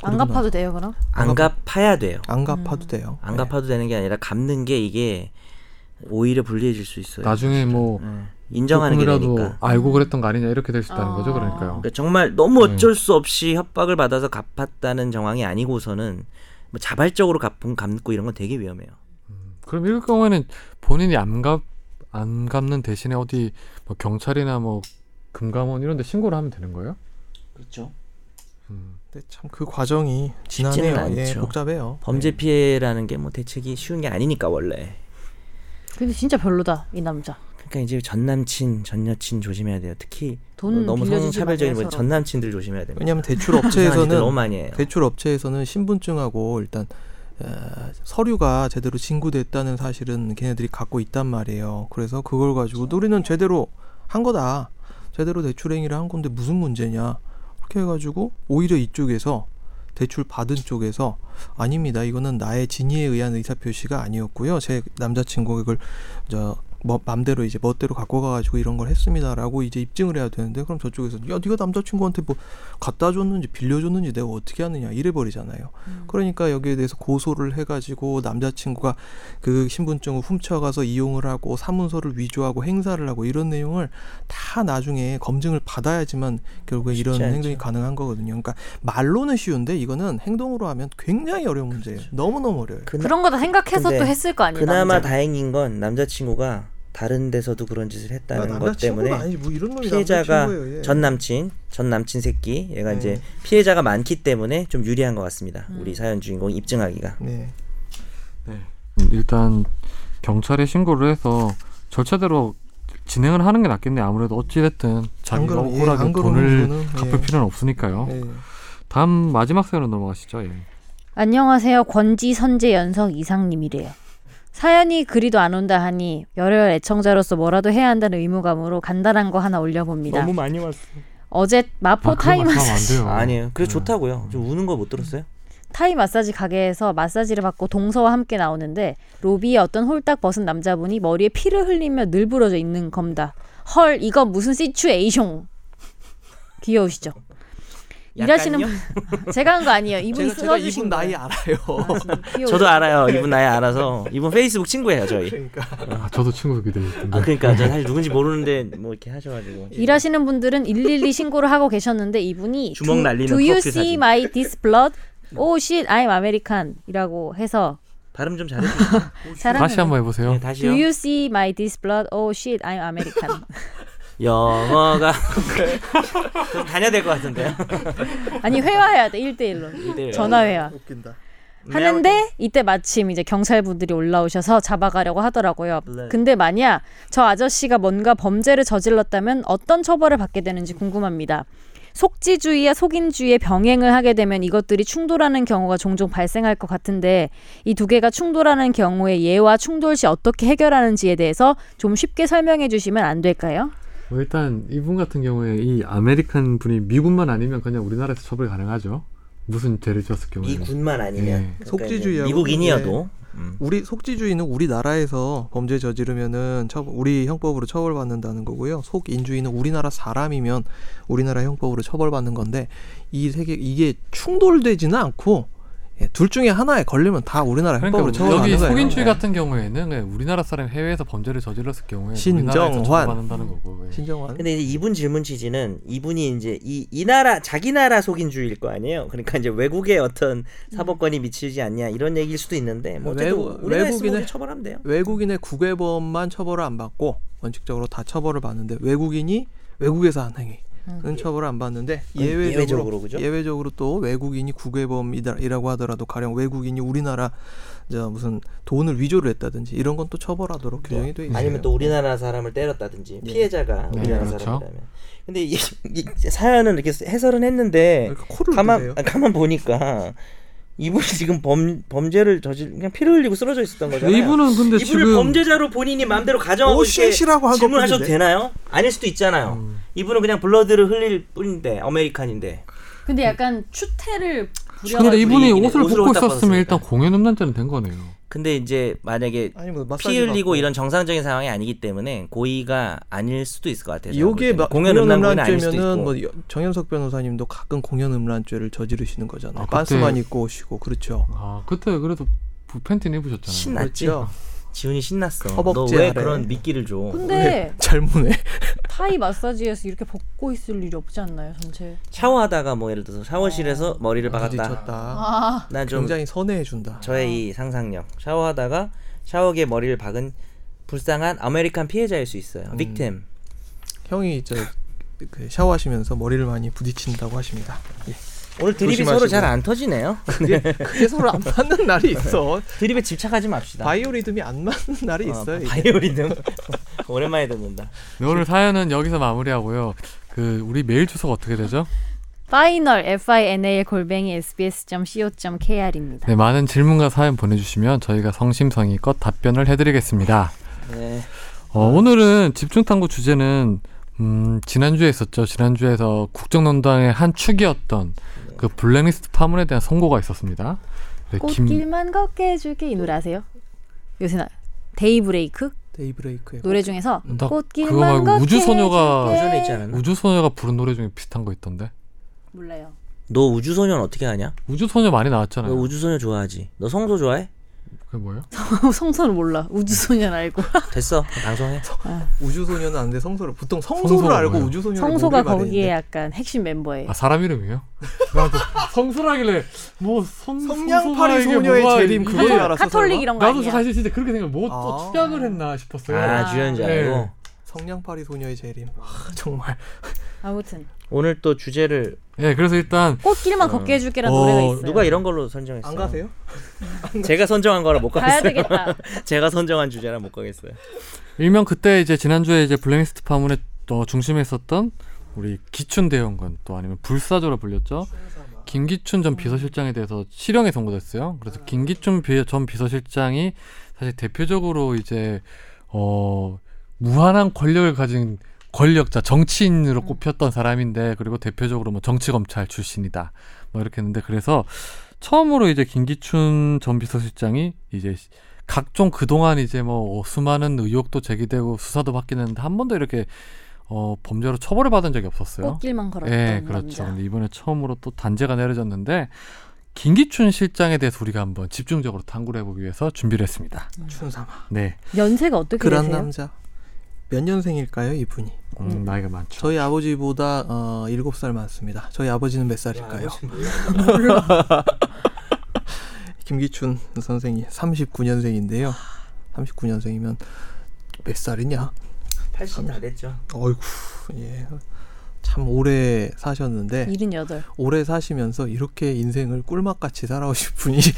안 그리고 갚아도 돼요 그럼? 안 갚아야 돼요. 안 갚아도 돼요. 안 네. 예. 갚아도 되는 게 아니라 갚는 게 이게 오히려 불리해질 수 있어요. 나중에 뭐 예. 인정하는 게 조금이라도 어. 되니까. 알고 그랬던 거 아니냐 이렇게 될 수 있다는 아. 거죠. 그러니까요. 그러니까 정말 너무 네. 어쩔 수 없이 협박을 받아서 갚았다는 정황이 아니고서는 뭐 자발적으로 갚은 갚고 이런 건 되게 위험해요. 그럼 이럴 경우에는 본인이 안갚안 갚는 대신에 어디 뭐 경찰이나 뭐 금감원 이런 데 신고를 하면 되는 거예요? 그렇죠. 음. 근데 참 그 과정이 쉽지는 지나네요. 예, 않죠. 복잡해요. 네. 범죄 피해라는 게 뭐 대책이 쉬운 게 아니니까 원래. 근데 진짜 별로다 이 남자. 그러니까 이제 전 남친, 전 여친 조심해야 돼요. 특히 돈 너무 빌려주지 성차별적인 마세요, 분, 전 남친들 조심해야 됩니다. 왜냐하면 대출 이상한 짓들 업체에서는 그 너무 많이 해요. 대출 업체에서는 신분증하고 일단 어, 서류가 제대로 징구됐다는 사실은 걔네들이 갖고 있단 말이에요. 그래서 그걸 가지고 우리는 제대로 한 거다. 제대로 대출 행위를 한 건데 무슨 문제냐. 그렇게 해가지고 오히려 이쪽에서 대출 받은 쪽에서 아닙니다. 이거는 나의 진의에 의한 의사 표시가 아니었고요. 제 남자친구가 이걸 저 뭐 맘대로 이제 멋대로 갖고 가가지고 이런 걸 했습니다라고 이제 입증을 해야 되는데 그럼 저쪽에서 야 네가 남자친구한테 뭐 갖다 줬는지 빌려줬는지 내가 어떻게 하느냐 이래 버리잖아요. 음. 음. 그러니까 여기에 대해서 고소를 해가지고 남자친구가 그 신분증을 훔쳐가서 이용을 하고 사문서를 위조하고 행사를 하고 이런 내용을 다 나중에 검증을 받아야지만 결국에 이런 쉽지 않죠. 행동이 가능한 거거든요. 그러니까 말로는 쉬운데 이거는 행동으로 하면 굉장히 어려운 문제예요. 너무 너무 어려워요. 그렇죠. 그나, 그런 거 다 생각해서 근데 또 했을 거 아니에요. 그나마 남자. 다행인 건 남자친구가 다른 데서도 그런 짓을 했다는 것 때문에 그러니까 아니지 뭐 이런 놈이 피해자가 남자친구예요, 얘. 전 남친, 전 남친 새끼 얘가 네. 이제 피해자가 많기 때문에 좀 유리한 것 같습니다. 음. 우리 사연 주인공 입증하기가 네. 음, 일단 경찰에 신고를 해서 절차대로 진행을 하는 게 낫겠네. 아무래도 어찌됐든 자기가 그럼, 예, 억울하게 안 그러면 돈을 이거는, 갚을 예. 필요는 없으니까요. 네. 예. 다음 마지막 사연으로 넘어가시죠. 예. 안녕하세요. 권지 선재 연석 이상님이래요. 사연이 그리도 안 온다 하니 열혈 애청자로서 뭐라도 해야 한다는 의무감으로 간단한 거 하나 올려봅니다. 많이 왔어. 어제 마포 아, 그런 타이 말씀 하면 마사지 음. 안 돼요. 아니에요. 그래 네. 좋다고요. 좀 우는 거 못 들었어요? 타이 마사지 가게에서 마사지를 받고 동서와 함께 나오는데 로비에 어떤 홀딱 벗은 남자분이 머리에 피를 흘리며 늘부러져 있는 겁니다. 헐 이건 무슨 시츄에이숑 귀여우시죠? 일하시는 약간요? 분 제가 한 거 아니에요. 이분이 제가, 제가 써주신 이분 거예요. 나이 알아요. 아, 진짜 귀여우시죠? 저도 알아요. 이분 나야 알아서 이분 페이스북 친구예요 저희. 그러니까 아, 저도 친구 기대있던데 아 그러니까 저 사실 누군지 모르는데 뭐 이렇게 하셔가지고 일하시는 분들은 112 신고를 하고 계셨는데 이분이 주먹 do, 날리는 Do you 프로필 see 사진. my this blood? Oh shit, I'm American이라고 해서 발음 좀 잘해주세요. Oh, 잘하는 다시 한번 해보세요. 네, Do 다시요. you see my this blood? Oh shit, I'm American. 영어가 좀 다녀야 될 것 같은데요. 아니 회화해야 돼 1대1로 이대로요. 전화 회화. 웃긴다. 네, 하는데 이때 마침 이제 경찰분들이 올라오셔서 잡아가려고 하더라고요. 네. 근데 만약 저 아저씨가 뭔가 범죄를 저질렀다면 어떤 처벌을 받게 되는지 궁금합니다. 속지주의와 속인주의의 병행을 하게 되면 이것들이 충돌하는 경우가 종종 발생할 것 같은데 이 두 개가 충돌하는 경우에 예와 충돌 시 어떻게 해결하는지에 대해서 좀 쉽게 설명해 주시면 안 될까요? 뭐 일단 이분 같은 경우에 이 아메리칸 분이 미군만 아니면 그냥 우리나라에서 처벌 가능하죠. 무슨 죄를 지었을 경우에. 이 군만 아니면 예. 그러니까 음. 속지주의하고 네. 이제 미국인이어도 음. 우리 속지주의는 우리나라에서 범죄 저지르면은 처, 우리 형법으로 처벌받는다는 거고요. 속인주의는 우리나라 사람이면 우리나라 형법으로 처벌받는 건데 이 세계 이게 충돌되지는 않고 예, 둘 중에 하나에 걸리면 다 우리나라 형법으로 그러니까 여기 처벌받는 거예요. 속인주의 예. 같은 경우에는 그냥 우리나라 사람 이 해외에서 범죄를 저질렀을 경우에 신정환. 우리나라에서 처벌받는다는 거고. 예. 신정환. 근데 이제 이분 질문 취지는 이분이 이제 이, 이 나라 자기 나라 속인주의일 거 아니에요. 그러니까 이제 외국의 어떤 사법권이 미치지 않냐 이런 얘기일 수도 있는데 뭐 어쨌든 외국- 우리나라 외국인의- 외국인을 처벌하면 돼요. 외국인의 국외범만 처벌을 안 받고 원칙적으로 다 처벌을 받는데 외국인이 외국에서 한 행위는 처벌을 안 받는데 예. 그건 예외적으로 예외적으로, 그죠? 예외적으로 또 외국인이 국외범이라고 하더라도 가령 외국인이 우리나라 저 무슨 돈을 위조를 했다든지 이런 건 또 처벌하도록 규정이 돼 있어요. 네. 아니면 또 우리나라 사람을 때렸다든지 예. 피해자가 네, 우리나라 그렇죠. 사람이라면. 근데 이, 이 사연은 이렇게 해설은 했는데 그러니까 코를 가만 드세요. 아, 가만 보니까 이분이 지금 범 범죄를 저질 그냥 피를 흘리고 쓰러져 네, 있었던 거잖아요. 이분은 근데 이분을 지금 범죄자로 본인이 마음대로 가정하고 오, 이렇게 쉣이라고 한것 질문하셔도 뿐인데. 음. 되나요? 아닐 수도 있잖아요. 이분은 그냥 블러드를 흘릴 뿐인데 아메리칸인데 근데 약간 추태를 근데 이분이 우리 옷을 옷을 벗고 홀딱 있었으면 일단 벗었으니까. 공연 음란죄는 된 거네요. 근데 이제 만약에 아니 뭐 마사지 피 흘리고 받고. 이런 정상적인 상황이 아니기 때문에 고의가 아닐 수도 있을 것 같아요. 제가 볼 요게 때는. 마- 공연 음란죄는 아닐 수도 있고 음란죄면은 뭐 여- 정현석 변호사님도 가끔 공연 음란죄를 저지르시는 거잖아요. 아, 그때- 반스만 입고 오시고 그렇죠. 아 그때 그래도 부- 팬티는 입으셨잖아요. 신났지. 그렇죠. 지훈이 신났어. 너 허벅지 왜 아래. 그런 미끼를 줘? 네. 근데 잘못해. 타이 마사지에서 이렇게 벗고 있을 일이 없지 않나요, 전체? 샤워하다가 뭐 예를 들어서 샤워실에서 머리를 박았다. 부딪혔다. 난 좀 아, 굉장히 선회해 준다. 저의 이 상상력. 샤워하다가 샤워기에 머리를 박은 불쌍한 아메리칸 피해자일 수 있어요. 음. 빅템. 형이 저 그 샤워하시면서 머리를 많이 부딪힌다고 하십니다. 예. 오늘 드립이 조심하시고. 서로 잘 안 터지네요. 그게, 그게 서로 안 맞는 날이 있어. 드립에 집착하지 맙시다. 바이오리듬이 안 맞는 날이 어, 있어요. 이게. 바이오리듬. 오랜만에 듣는다. 네, 오늘 사연은 여기서 마무리하고요. 그 우리 메일 주소가 어떻게 되죠? 파이널 final 골뱅이 sbs.co.kr입니다. 네, 많은 질문과 사연 보내주시면 저희가 성심성의껏 답변을 해드리겠습니다. 네. 어, 오늘은 집중탐구 주제는 음, 지난주에 있었죠. 지난주에서 국정농단의 한 축이었던 그 블랙리스트 파문에 대한 선고가 있었습니다. 네, 김- 꽃길만 걷게 해줄게 이 노래 아세요? 요새 나 데이브레이크? 데이브레이크의 노래 중에서 음, 나 꽃길만 그거 말고 걷게 우주소녀가- 해줄게. 우주소녀 있지 않았나? 우주소녀가 부른 노래 중에 비슷한 거 있던데. 몰라요. 너 우주소년 어떻게 아냐? 우주소녀 많이 너 나왔잖아요. 어, 우주소녀 좋아하지? 너 성소 좋아해? 그게 뭐예요? 성선을 몰라. 우주소년 알고. 됐어 방송해. 우주소녀는 아는데 성소를 보통 성소를 성소가 알고 뭐예요? 우주소녀를 성소가 모를 거기에 바랬는데 약간 핵심 멤버예요. 아 사람 이름이요? 나도 성수라길래 뭐 성, 성냥팔이 성소가 이게 소녀의 뭐가 재림 이게- 그걸 알아? 알았어, 카톨릭 설마? 이런 거 나도 아니야? 사실 진짜 그렇게 생각 뭐또 아. 투약을 했나 싶었어요. 아 주연자 네. 알고 성냥팔이 소녀의 재림 아, 정말 아무튼 오늘 또 주제를 예, 그래서 일단 꽃길만 어. 걷게 해줄게라는 어, 노래가 있어요. 누가 이런 걸로 선정했어? 네. 안 가세요? 제가 선정한 거라 못 가야 가겠어요. 되겠다. 제가 선정한 주제라 못 가겠어요. 일명 그때 이제 지난주에 이제 블랙리스트 파문의 어, 중심에 있었던 우리 기춘 대형군 또 아니면 불사조라 불렸죠. 김기춘 전 비서실장에 대해서 실형이 선고됐어요. 그래서 김기춘 비- 전 비서실장이 사실 대표적으로 이제 어 무한한 권력을 가진 권력자 정치인으로 꼽혔던 사람인데 그리고 대표적으로 뭐 정치 검찰 출신이다 뭐 이렇게 했는데 그래서 처음으로 이제 김기춘 전 비서실장이 이제 각종 그동안 이제 뭐 수많은 의혹도 제기되고 수사도 받긴 했는데 한 번도 이렇게 어 범죄로 처벌을 받은 적이 없었어요. 꽃길만 걸었던 예, 그렇죠. 남자. 근데 이번에 처음으로 또 단죄가 내려졌는데 김기춘 실장에 대해서 우리가 한번 집중적으로 탐구를 해보기 위해서 준비를 했습니다. 춘삼아 네, 연세가 어떻게 그런 되세요? 남자 몇 년생일까요 이분이? 음, 나이가 많죠. 저희 아버지보다 어, 7살 많습니다. 저희 아버지는 몇 살일까요? 뭐 김기춘 선생이 39년생인데요. 39년생이면 몇 살이냐? 80 다 됐죠. 어이구, 예. 참 오래 사셨는데 일흔 여덟, 오래 사시면서 이렇게 인생을 꿀맛같이 살아오신 분이 네.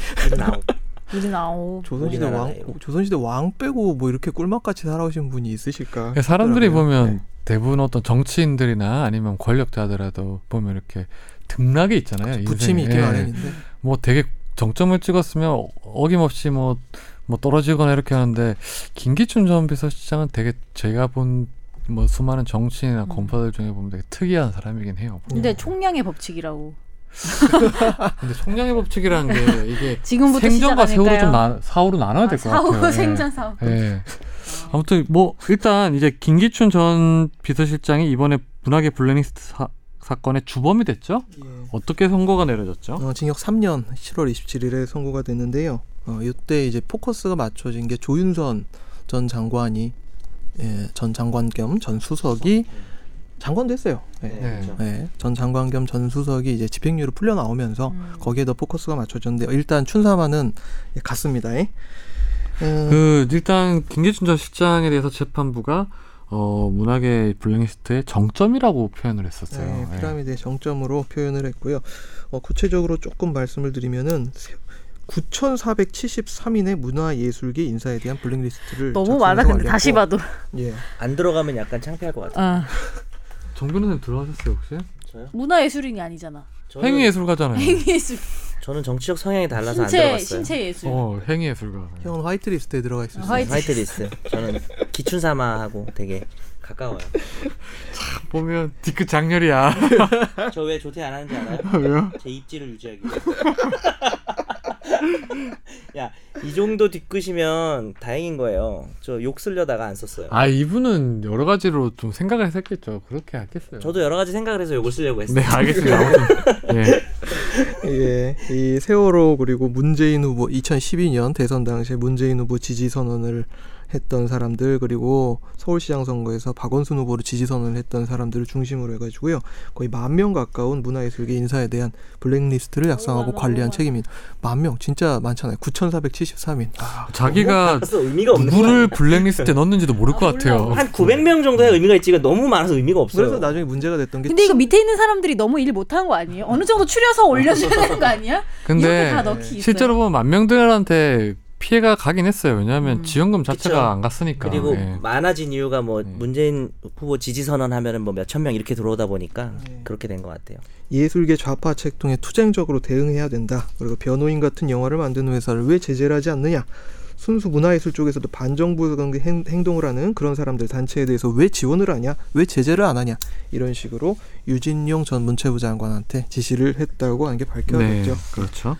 일흔 아홉. 조선시대 우리나라 왕 나이로. 조선시대 왕 빼고 뭐 이렇게 꿀맛같이 살아오신 분이 있으실까? 사람들이 싶더라고요. 보면 네. 대부분 어떤 정치인들이나 아니면 권력자더라도 보면 이렇게 등락이 있잖아요. 인생에. 그렇죠. 부침이 있기 예. 마련인데 뭐 되게 정점을 찍었으면 어김없이 뭐, 뭐 떨어지거나 이렇게 하는데 김기춘 전 비서실장은 되게 제가 본 뭐 수많은 정치인이나 음. 검사들 중에 보면 되게 특이한 사람이긴 해요. 근데 총량의 법칙이라고. 근데 총량의 법칙이라는 게 이게 지금부터 생전과 세월을 좀 시작하니까요. 나, 사후로 나눠야 될 것 아, 같아요. 사후 예. 생전 사후. 예. 아무튼 뭐 일단 이제 김기춘 전 비서실장이 이번에 문학의 블랙리스트 사, 사건의 주범이 됐죠? 예. 어떻게 선고가 내려졌죠? 어, 징역 3년 7월 27일에 선고가 됐는데요. 어, 이때 이제 포커스가 맞춰진 게 조윤선 전 장관이 예, 전 장관 겸 전 수석이 장관도 했어요. 예. 네. 예, 전 장관 겸 전 수석이 이제 집행유예로 풀려 나오면서 음. 거기에 더 포커스가 맞춰졌는데 어, 일단 춘사만은 예, 갔습니다. 예. 음, 그 일단 김기춘 전 실장에 대해서 재판부가 어 문학의 블랙리스트의 정점이라고 표현을 했었어요. 네, 예. 피라미드의 정점으로 표현을 했고요. 어, 구체적으로 조금 말씀을 드리면은 9,473인의 문화예술계 인사에 대한 블랙리스트를 너무 작성해서 많아 근데 다시 완료했고, 봐도. 예. 안 들어가면 약간 창피할 것 같아. 어. 아, 정 변호사님 들어가셨어요 혹시? 저요? 문화예술인이 아니잖아. 저는, 행위예술가잖아요. 행위예술. 저는 정치적 성향이 달라서 안 신체 들어갔어요. 네, 신체 예술. 아, 어 행위예술가. 형은 화이트리스트에 들어가 있습니다. 화이트- 화이트리스트. 저는 기춘사마하고 되게 가까워요. 보면 뒤끝 장렬이야. 저 왜 조퇴 안 하는지 알아요? 왜요? 제 입지를 유지하기 위해. 야, 이 정도 뒤끝이면 다행인 거예요. 저 욕 쓰려다가 안 썼어요. 아 이분은 여러 가지로 좀 생각을 했겠죠. 그렇게 했겠어요. 저도 여러 가지 생각을 해서 욕을 쓰려고 했어요. 네 알겠습니다. 아무튼 예. 예, 이 세월호 그리고 문재인 후보 2012년 대선 당시에 문재인 후보 지지 선언을 했던 사람들 그리고 서울시장 선거에서 박원순 후보를 지지 선언을 했던 사람들을 중심으로 해가지고요 거의 만 명 가까운 문화예술계 인사에 대한 블랙리스트를 작성하고 많아, 관리한 너무 책임입니다. 만명 진짜 많잖아요. 9,473인. 아, 자기가 그래서 의미가 뭐 없는 누구를 블랙리스트에 넣는지도 모를 것 같아요. 음. 한 900명 정도의 의미가 있지가 너무 많아서 의미가 없어요. 그래서 나중에 문제가 됐던 게 근데 이거 밑에 있는 사람들이 너무 일 못한 거 아니에요? 어느 정도 추려서 올려줘야 되는 거 아니야? 이렇게 근데 다 넣기 있어요. 실제로 보면 만 명들한테 피해가 가긴 했어요. 왜냐하면 음. 지원금 자체가 그쵸. 안 갔으니까. 그리고 예. 많아진 이유가 뭐 네. 문재인 후보 지지 선언하면은 뭐 몇천 명 이렇게 들어오다 보니까 네. 그렇게 된 것 같아요. 예술계 좌파 책동에 투쟁적으로 대응해야 된다. 그리고 변호인 같은 영화를 만드는 회사를 왜 제재를 하지 않느냐. 순수 문화예술 쪽에서도 반정부적인 행- 행동을 하는 그런 사람들 단체에 대해서 왜 지원을 하냐, 왜 제재를 안 하냐 이런 식으로 유진용 전 문체부 장관한테 지시를 했다고 하는 게 네, 밝혀졌죠. 그렇죠.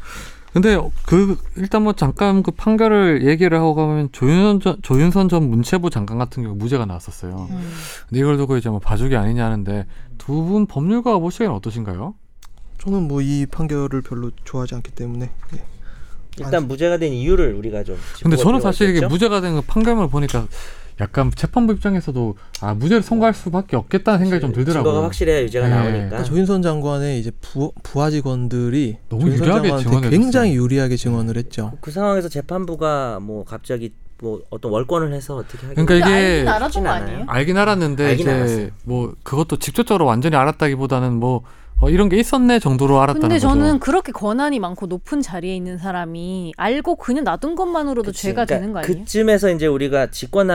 근데 그 일단 뭐 잠깐 그 판결을 얘기를 하고 가면 조윤선 전, 조윤선 전 문체부 장관 같은 경우 무죄가 나왔었어요. 음. 근데 이걸 두고 이제 뭐 봐주기 아니냐 하는데 두 분 법률가 보시기엔 어떠신가요? 저는 뭐 이 판결을 별로 좋아하지 않기 때문에 예. 일단 무죄가 된 이유를 우리가 좀. 근데 짚어볼 저는 필요가 사실 이게 있겠죠? 무죄가 된그 판결문을 보니까 약간 재판부 입장에서도 아 무죄를 선고할 수밖에 없겠다는 생각이 좀 네. 증거가 들더라고요. 확실해야 유죄가 예. 나오니까. 그러니까 조인선 장관의 이제 부, 부하 직원들이 너무 조인선 유리하게 장관한테 증언을 굉장히 유리하게 증언을 했죠. 그 상황에서 재판부가 뭐 갑자기 뭐 어떤 월권을 해서 어떻게 하겠 그러니까 이게 알아본 쉽진 거 않아요. 아니에요? 알긴 알았는데 알긴 이제 알았어요. 뭐 그것도 직접적으로 완전히 알았다기보다는 뭐 어, 이런 게 있었네 정도로 알았다는 근데 거죠. 저는 그렇게 권한이 많고 높은 자리에 있는 사람이 알고 그냥 놔둔 것만으로도 그치. 죄가 그러니까 되는 거 아니에요? 그쯤에서 이제 우리가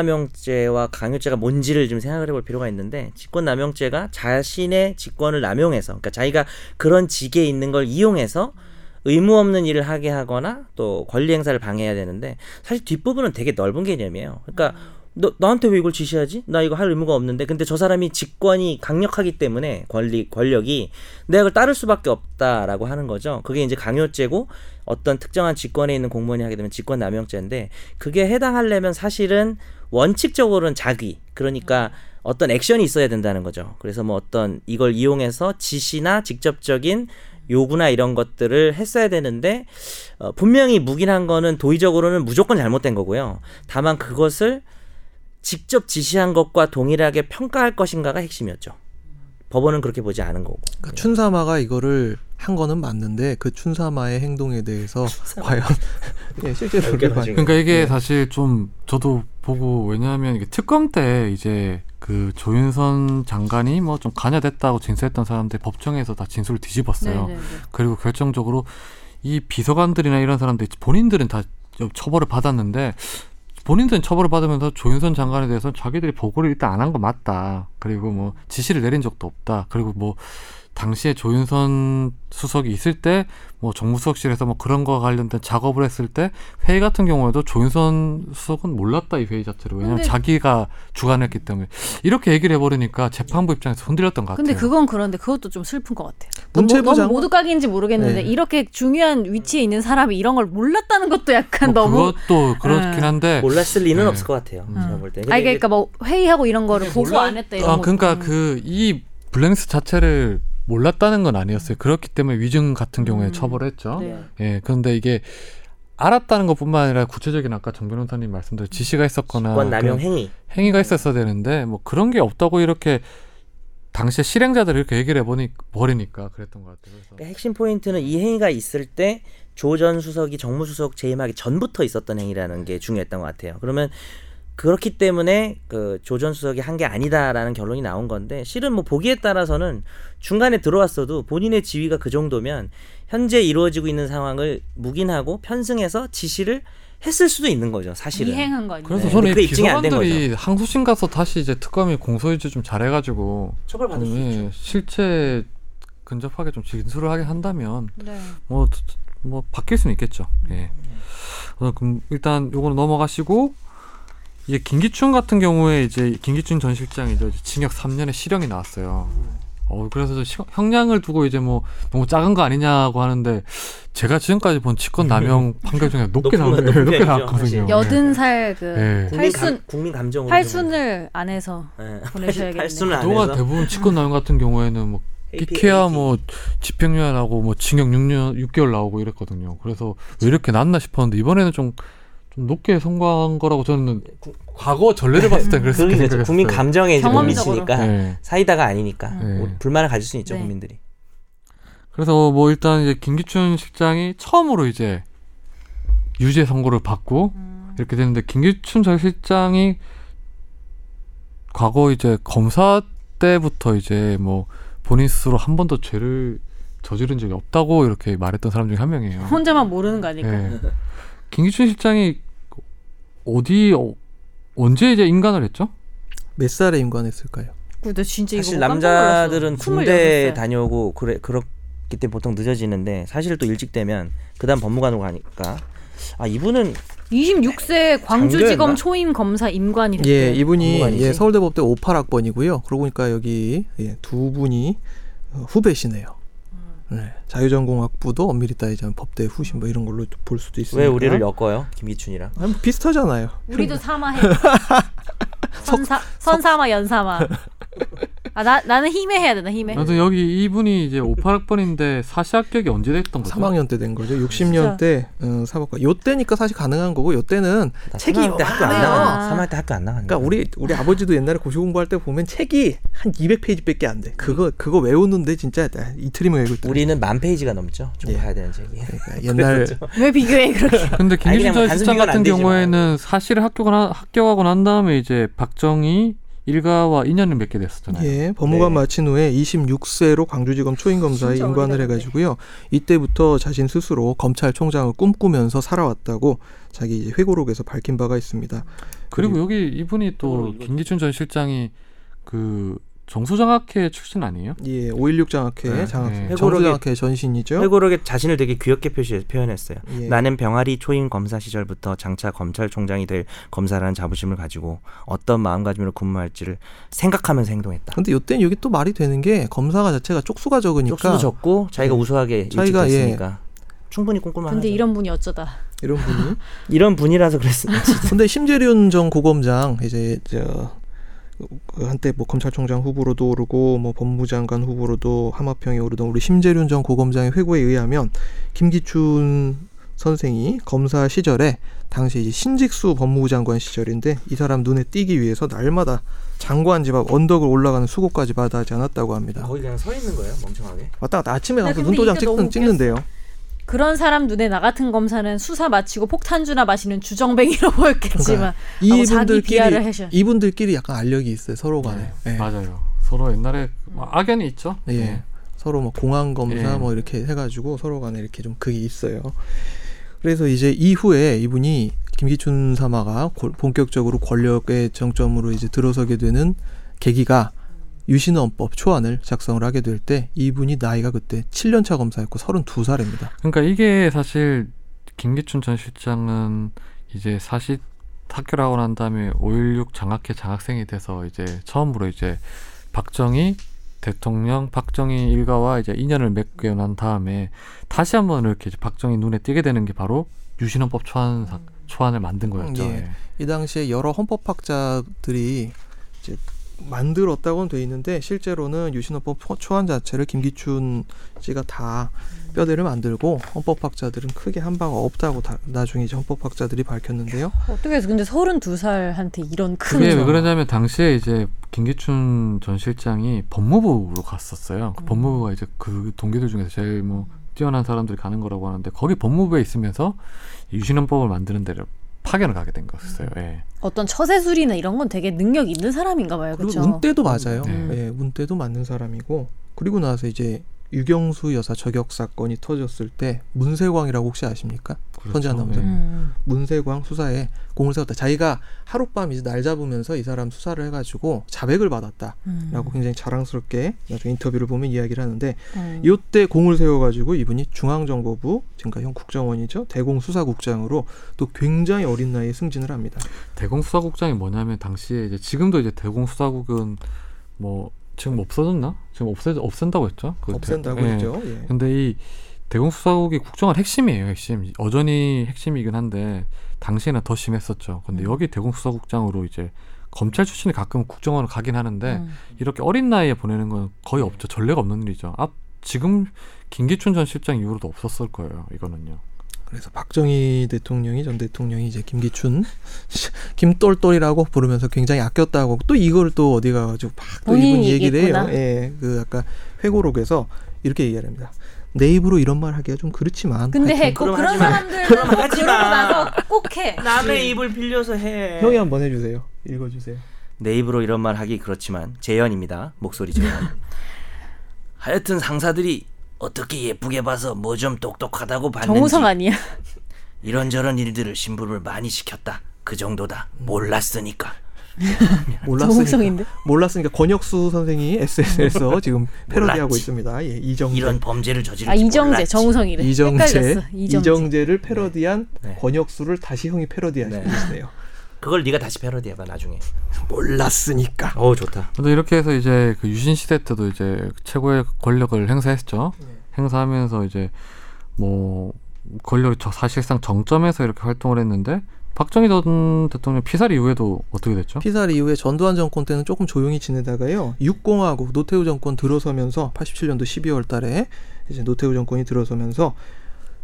직권남용죄와 강요죄가 뭔지를 좀 생각을 해볼 필요가 있는데 직권남용죄가 자신의 직권을 남용해서 그러니까 자기가 그런 직에 있는 걸 이용해서 의무 없는 일을 하게 하거나 또 권리 행사를 방해해야 되는데 사실 뒷부분은 되게 넓은 개념이에요. 그러니까 음. 너 나한테 왜 이걸 지시하지? 나 이거 할 의무가 없는데 근데 저 사람이 직권이 강력하기 때문에 권리 권력이 내가 그걸 따를 수밖에 없다라고 하는 거죠. 그게 이제 강요죄고 어떤 특정한 직권에 있는 공무원이 하게 되면 직권 남용죄인데 그게 해당하려면 사실은 원칙적으로는 자기 그러니까 음. 어떤 액션이 있어야 된다는 거죠. 그래서 뭐 어떤 이걸 이용해서 지시나 직접적인 요구나 이런 것들을 했어야 되는데 어, 분명히 묵인한 거는 도의적으로는 무조건 잘못된 거고요. 다만 그것을 직접 지시한 것과 동일하게 평가할 것인가가 핵심이었죠. 법원은 그렇게 보지 않은 거고. 그러니까 춘사마가 이거를 한 거는 맞는데 그 춘사마의 행동에 대해서 과연 예, 실제로 그렇게 웃겨가지고. 봐요. 그러니까 네. 이게 사실 좀 저도 보고 왜냐하면 이게 특검 때 이제 그 조윤선 장관이 뭐 좀 관여됐다고 진술했던 사람들 법정에서 다 진술을 뒤집었어요. 네네네. 그리고 결정적으로 이 비서관들이나 이런 사람들 본인들은 다 처벌을 받았는데 본인들은 처벌을 받으면서 조윤선 장관에 대해서는 자기들이 보고를 일단 안 한 거 맞다. 그리고 뭐 지시를 내린 적도 없다. 그리고 뭐 당시에 조윤선 수석이 있을 때 뭐 정무수석실에서 뭐 그런 거와 관련된 작업을 했을 때 회의 같은 경우에도 조윤선 수석은 몰랐다 이 회의 자체를 왜냐면 근데- 자기가 주관했기 때문에 이렇게 얘기를 해버리니까 재판부 입장에서 흔들렸던 것 같아요. 근데 그건 그런데 그것도 좀 슬픈 것 같아요. 문체부 뭐, 너무, 장관- 너무 모두 각인지 모르겠는데 네. 이렇게 중요한 위치에 있는 사람이 이런 걸 몰랐다는 것도 약간 뭐 너무 그것도 그렇긴 예. 한데 몰랐을 리는 네. 없을 것 같아요. 제가 볼 때. 아 그러니까 뭐 회의하고 이런 거를 보고 몰라- 안 했다 이런 아, 거. 그러니까 그 이 블랙리스트 자체를 몰랐다는 건 아니었어요. 그렇기 때문에 위증 같은 경우에 음. 처벌했죠. 네. 예, 그런데 이게 알았다는 것뿐만 아니라 구체적인 아까 정 변호사님 말씀대로 지시가 있었거나 직권 남용 아, 그런 행위. 행위가 있었어야 되는데 뭐 그런 게 없다고 이렇게 당시에 실행자들 이렇게 얘기를 해보니 버리니까 그랬던 것 같아요. 네. 그래서 그러니까 핵심 포인트는 이 행위가 있을 때 조 전 수석이 정무수석 재임하기 전부터 있었던 행위라는 게 중요했던 것 같아요. 그러면 그렇기 때문에 그 조 전 수석이 한 게 아니다라는 결론이 나온 건데 실은 뭐 보기에 따라서는 중간에 들어왔어도 본인의 지위가 그 정도면 현재 이루어지고 있는 상황을 묵인하고 편승해서 지시를 했을 수도 있는 거죠. 사실은. 이행한 거 아니에요? 그래서 네. 저는 이 그 입증이 안된 비서관들이 항소심 가서 다시 이제 특검이 공소유지 좀 잘해가지고 처벌받을 수 예, 있죠. 실체 근접하게 좀 진술을 하게 한다면 네. 뭐, 뭐 바뀔 수는 있겠죠. 예. 어, 그럼 일단 요거는 넘어가시고 이제 김기춘 같은 경우에 이제 김기춘 전 실장이 이제 징역 3년의 실형이 나왔어요. 어, 그래서 저 시- 형량을 두고 이제 뭐 너무 작은 거 아니냐고 하는데 제가 지금까지 본 직권 남용 판결 중에 높게 높은 거, 나왔네요. 높은 높게 편이죠, 나왔거든요. 사실. 여든 살그 예. 국민, 팔순- 감, 국민 감정으로. 팔순을 안 해서 예. 보내셔야겠네요. 팔순을 안 또가 해서 대부분 직권 남용 같은 경우에는 뭐 끼케야 뭐 집행유예 나고 뭐 징역 6년 6개월 나오고 이랬거든요. 그래서 왜 이렇게 낮나 싶었는데 이번에는 좀 좀 높게 선고한 거라고 저는 구- 과거 전례를 봤을 때 그랬을 그러긴 생각했어요. 되죠. 국민 감정에 이제 못 경험적으로. 미치니까 음. 예. 사이다가 아니니까 음. 뭐 불만을 가질 수는 있죠 네. 국민들이. 그래서 뭐 일단 이제 김기춘 실장이 처음으로 이제 유죄 선고를 받고 이렇게 됐는데 김기춘 전 실장이 과거 이제 검사 때부터 이제 뭐 본인 스스로 한 번도 죄를 저지른 적이 없다고 이렇게 말했던 사람 중에 한 명이에요. 혼자만 모르는 거 아닐까? 예. 그러니까. 김기춘 실장이 어디 어, 언제 이제 인간을 했죠? 뭐. 몇 살에 임관했을까요? 근데 진짜 이거 사실 뭐 깜짝 남자들은 놀랐어. 군대 28살. 다녀오고 그래 그렇기 때 보통 늦어지는데 사실 또 일찍 되면 그다음 법무관으로 가니까 아 이분은 26세 장교였나? 광주지검 초임 검사 임관이 됐대요. 예, 이분이 공무원이지? 예, 서울대법대 음. 58학번이고요. 그러고 보니까 여기 예, 두 분이 어, 후배시네요. 네. 자유전공학부도 엄밀히 따지자면 법대 후신 뭐 이런 걸로 볼 수도 있습니다. 왜 우리를 엮어요? 김기춘이랑. 아니, 뭐 비슷하잖아요. 우리도 사마해. 선사 선사마 연사마. 아 나 나는 힘에 해야 되나 네. 힘에. 아무튼 여기 이분이 이제 58학번인데 사시 합격이 언제 됐던 거죠? 3학년 때 된 아, 거죠. 60년 때 음, 사법과 요때니까 사실 가능한 거고 요때는 책이 때 학교 안 많아요. 나가. 아. 3학년 때 학교 안 나가는 그러니까 우리 우리 아버지도 옛날에 고시 공부할 때 보면 책이 한 200페이지밖에 안 돼. 그거 그거 외우는데 진짜 이틀이면 외우고 있다. 우리는 만 페이지가 넘죠. 좀 예. 봐야 되는 책이. 그러니까 옛날 왜 비교해 그렇게? 근데 김기춘 아니, 그냥 전 단순 시장 비교는 안 같은 되지만. 경우에는 사시를 합격을 하- 합격하고 난 다음에 이제 박정희 일가와 인연을 맺게 됐었잖아요. 예, 법무관 네. 마친 후에 26세로 광주지검 초임검사에 진짜 임관을 어리다, 해가지고요. 이때부터 자신 스스로 검찰총장을 꿈꾸면서 살아왔다고 자기 이제 회고록에서 밝힌 바가 있습니다. 예. 그리고 여기 이분이 또 이거를 읽어줘. 김기춘 전 실장이 그 정수장학회 출신 아니에요? 예, 5.16 장학회 네, 장학 네. 정수 회고록이- 장학회 전신이죠. 회고록에 자신을 되게 귀엽게 표시, 표현했어요. 예. 나는 병아리 초임 검사 시절부터 장차 검찰총장이 될 검사라는 자부심을 가지고 어떤 마음가짐으로 근무할지를 생각하면서 행동했다. 근데 요땐 여기 또 말이 되는 게 검사가 자체가 쪽수가 적으니까 쪽수도 적고 자기가 예. 우수하게 자기가, 일찍했으니까 충분히 꼼꼼한. 근데 이런 분이 어쩌다. 이런 분이. 이런 분이라서 그랬습니다. 근데 심재륜 전 고검장 이제 저 그 한때 뭐 검찰총장 후보로도 오르고 뭐 법무장관 후보로도 하마평에 오르던 우리 심재륜 전 고검장의 회고에 의하면 김기춘 선생이 검사 시절에 당시 이제 신직수 법무부 장관 시절인데 이 사람 눈에 띄기 위해서 날마다 장관 집 앞 언덕을 올라가는 수고까지 받아하지 않았다고 합니다. 거기 그냥 서 있는 거예요, 멍청하게. 왔다 갔다 아침에 나 가서 근데 눈도장 이게 너무 찍는, 웃겼어. 찍는데요. 그런 사람 눈에 나 같은 검사는 수사 마치고 폭탄주나 마시는 주정뱅이로 보였겠지만 하고 자기 비하를 이분들끼리 하셔. 이분들끼리 약간 알력이 있어요 서로 간에. 네. 네. 예. 맞아요. 서로 옛날에 뭐 악연이 있죠. 예. 서로 뭐 공항 검사 예. 뭐 이렇게 해가지고 서로 간에 이렇게 좀 그게 있어요. 그래서 이제 이후에 이분이 김기춘 사마가 고- 본격적으로 권력의 정점으로 이제 들어서게 되는 계기가 유신헌법 초안을 작성을 하게 될 때 이분이 나이가 그때 7년차 검사였고 32살입니다. 그러니까 이게 사실 김기춘 전 실장은 이제 사시 학교를 하고 난 다음에 5.16 장학회 장학생이 돼서 이제 처음으로 이제 박정희 대통령 박정희 일가와 이제 인연을 맺고 난 다음에 다시 한번 이렇게 이제 박정희 눈에 띄게 되는 게 바로 유신헌법 초안 사- 초안을 만든 거였죠. 예. 예. 이 당시에 여러 헌법학자들이 이제 만들었다고는 돼 있는데 실제로는 유신헌법 초- 초안 자체를 김기춘 씨가 다 뼈대를 만들고 헌법학자들은 크게 한 바가 없다고 다- 나중에 이제 헌법학자들이 밝혔는데요. 어떻게 해서 근데 32살한테 이런 큰 그게 왜 점. 그러냐면 당시에 이제 김기춘 전 실장이 법무부로 갔었어요. 음. 그 법무부가 이제 그 동기들 중에서 제일 뭐 뛰어난 사람들이 가는 거라고 하는데 거기 법무부에 있으면서 유신헌법을 만드는 데를 파견을 가게 된 거였어요. 음. 예. 어떤 처세술이나 이런 건 되게 능력 있는 사람인가 봐요. 그리고 그렇죠? 운대도 맞아요. 네. 예, 운대도 맞는 사람이고 그리고 나서 이제 유경수 여사 저격 사건이 터졌을 때 문세광이라고 혹시 아십니까? 선지 아나운서. 예. 음. 문세광 수사에 공을 세웠다. 자기가 하룻밤 이제 날 잡으면서 이 사람 수사를 해가지고 자백을 받았다. 음. 라고 굉장히 자랑스럽게 나중에 인터뷰를 보면 이야기를 하는데 음. 이때 공을 세워가지고 이분이 중앙정보부 지금까지 현 국정원이죠 대공수사국장으로 또 굉장히 어린 나이에 승진을 합니다. 대공수사국장이 뭐냐면 당시에 이제 지금도 이제 대공수사국은 뭐 지금 없어졌나? 지금 없애 없앤다고 했죠. 그 대- 없앤다고 예. 했죠. 예. 근데 이 대공수사국이 국정원 핵심이에요, 핵심. 여전히 핵심이긴 한데 당시에는 더 심했었죠. 근데 음. 여기 대공수사국장으로 이제 검찰 출신이 가끔 국정원을 가긴 하는데 음. 이렇게 어린 나이에 보내는 건 거의 없죠. 전례가 없는 일이죠. 앞 지금 김기춘 전 실장 이후로도 없었을 거예요. 이거는요. 그래서 박정희 대통령이 전 대통령이 이제 김기춘 김똘똘이라고 부르면서 굉장히 아꼈다고 또 이걸 또 어디 가가지고 막또 본인이 이분 얘기를 해요. 얘기했구나. 예, 그 아까 회고록에서 이렇게 얘기합니다. 내 입으로 이런 말 하기가 좀 그렇지만 근데 해. 하여튼 꼭 그럼 그런 하지 마. 사람들은 그럼 뭐 하지 그러고 마. 나서 꼭 해. 남의 입을 빌려서 해. 형이 한번 해주세요. 읽어주세요. 내 입으로 이런 말 하기 그렇지만 재현입니다. 목소리 재현. 하여튼 상사들이 어떻게 예쁘게 봐서 뭐 좀 똑똑하다고 봤는지 정우성 아니야? 이런저런 일들을 신부름을 많이 시켰다. 그 정도다. 몰랐으니까. 몰랐으니까 정우성인데? 몰랐으니까 권혁수 선생이 SNS에서 지금 패러디하고 몰랐지. 있습니다. 예, 이정재 이런 범죄를 저지를 아 이정재, 정우성이래. 이정재 헷갈렸어. 이정재. 이정재. 를 패러디한 네. 권혁수를 다시 형이 패러디하시네요. 그걸 네가 다시 패러디해봐 나중에. 몰랐으니까. 어 좋다. 네. 근데 이렇게 해서 이제 그 유신 시대 때도 이제 최고의 권력을 행사했죠. 행사하면서 이제 뭐 권력 저 사실상 정점에서 이렇게 활동을 했는데 박정희 전 대통령 피살 이후에도 어떻게 됐죠? 피살 이후에 전두환 정권 때는 조금 조용히 지내다가요. 육공화국 노태우 정권 들어서면서 87년도 12월 달에 이제 노태우 정권이 들어서면서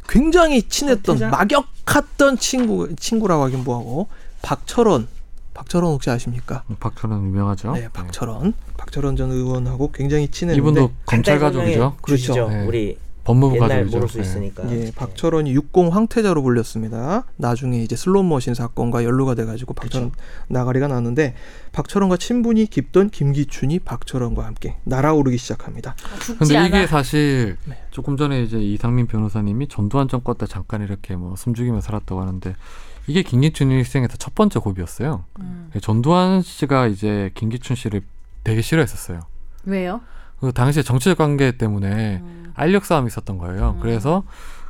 굉장히 친했던 피자? 막역했던 친구 친구라고 하긴 뭐하고 박철원 박철원 혹시 아십니까? 박철은 유명하죠. 네, 박철원 박철원 전 의원하고 굉장히 네. 친했는데 이분도 검찰 가족이죠. 설명해 그렇죠. 주시죠. 네. 우리 법무부 옛날 가족이죠. 모를 수 네. 있으니까. 예, 박철원이 육공 황태자로 불렸습니다. 나중에 이제 슬롯머신 사건과 연루가 돼가지고 박철원 나가리가 났는데 박철원과 친분이 깊던 김기춘이 박철원과 함께 날아오르기 시작합니다. 죽지 근데 않아. 이게 사실 네. 조금 전에 이제 이상민 변호사님이 전두환 정권 때 잠깐 이렇게 뭐 숨죽이며 살았다고 하는데 이게 김기춘 일생에서 첫 번째 고비였어요. 음. 예, 전두환 씨가 이제 김기춘 씨를 되게 싫어했었어요. 왜요? 그 당시에 정치적 관계 때문에 음. 알력 싸움이 있었던 거예요. 음. 그래서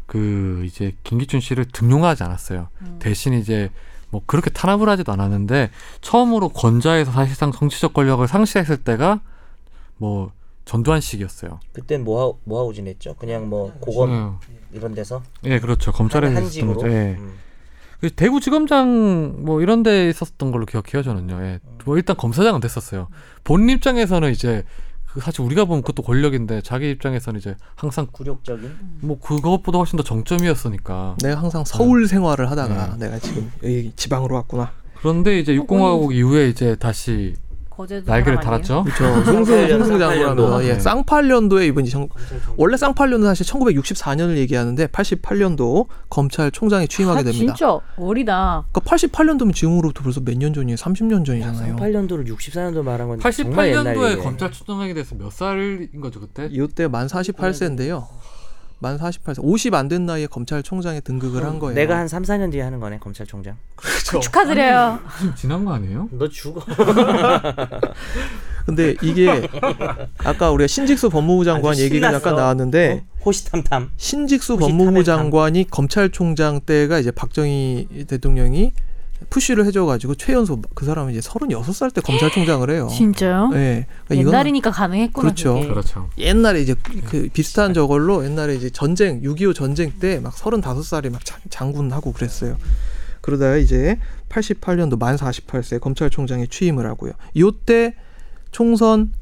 그 이제 김기춘 씨를 등용하지 않았어요. 음. 대신 이제 뭐 그렇게 탄압을 하지도 않았는데 처음으로 권좌에서 사실상 정치적 권력을 상실했을 때가 뭐 전두환 시기였어요. 네. 그땐 뭐하고 뭐하고 지냈죠? 그냥 뭐 네. 고검 이런 데서 예, 그렇죠. 검찰에서 한 있었던 네. 집으로. 거죠. 예. 음. 그 대구지검장 뭐 이런 데 있었던 걸로 기억해요 저는요. 예. 뭐 일단 검사장은 됐었어요. 본 입장에서는 이제 그 사실 우리가 보면 그것도 권력인데 자기 입장에서는 이제 항상 그 굴욕적인 뭐 그것보다 훨씬 더 정점이었으니까. 내가 네, 항상 네. 서울 생활을 하다가 내가 지금 여기 지방으로 왔구나. 그런데 이제 육공화국 이후에 이제 다시 거제도 날개를 어, 그 사람 아니에요? 달았죠. 저 승승 승승 장군하면서 그렇죠. 예, 네. 쌍팔년도에 이분이 정, 원래 쌍팔년도 사실 1964년을 얘기하는데 88년도 검찰총장에 취임하게 아, 됩니다. 진짜 어리다. 그러니까 88년도면 지금으로부터 벌써 몇 년 전이에요? 30년 전이잖아요. 38년도를 64년도 말한 건데 정말 옛날 88년도에 얘기예요. 검찰 추정하게 돼서 몇 살인 거죠 그때? 이때 만 48세인데요. 만 48세, 50 안 된 나이에 검찰총장에 등극을 한 거예요. 내가 한 3, 4년 뒤에 하는 거네 검찰총장. 축하드려요. 지금 지난 거 아니에요? 너 죽어. 근데 이게 아까 우리가 신직수 법무부 장관 아주 얘기가 잠깐 신났어. 나왔는데 호시탐탐. 신직수 혹시 법무부 탄핵당? 장관이 검찰총장 때가 이제 박정희 대통령이 푸시를 해줘가지고 최연소 그 사람은 이제 36살 때 검찰총장을 해요. 진짜요? 예. 어. 그러니까 이건 옛날이니까 가능했구나. 그렇죠. 그게. 그렇죠. 옛날에 이제 그 비슷한 저걸로 옛날에 이제 전쟁 6.25 전쟁 때 막 35살에 막 장, 장군하고 그랬어요. 그러다가 이제 88년도 만 48세 검찰총장에 취임을 하고요. 요때 총선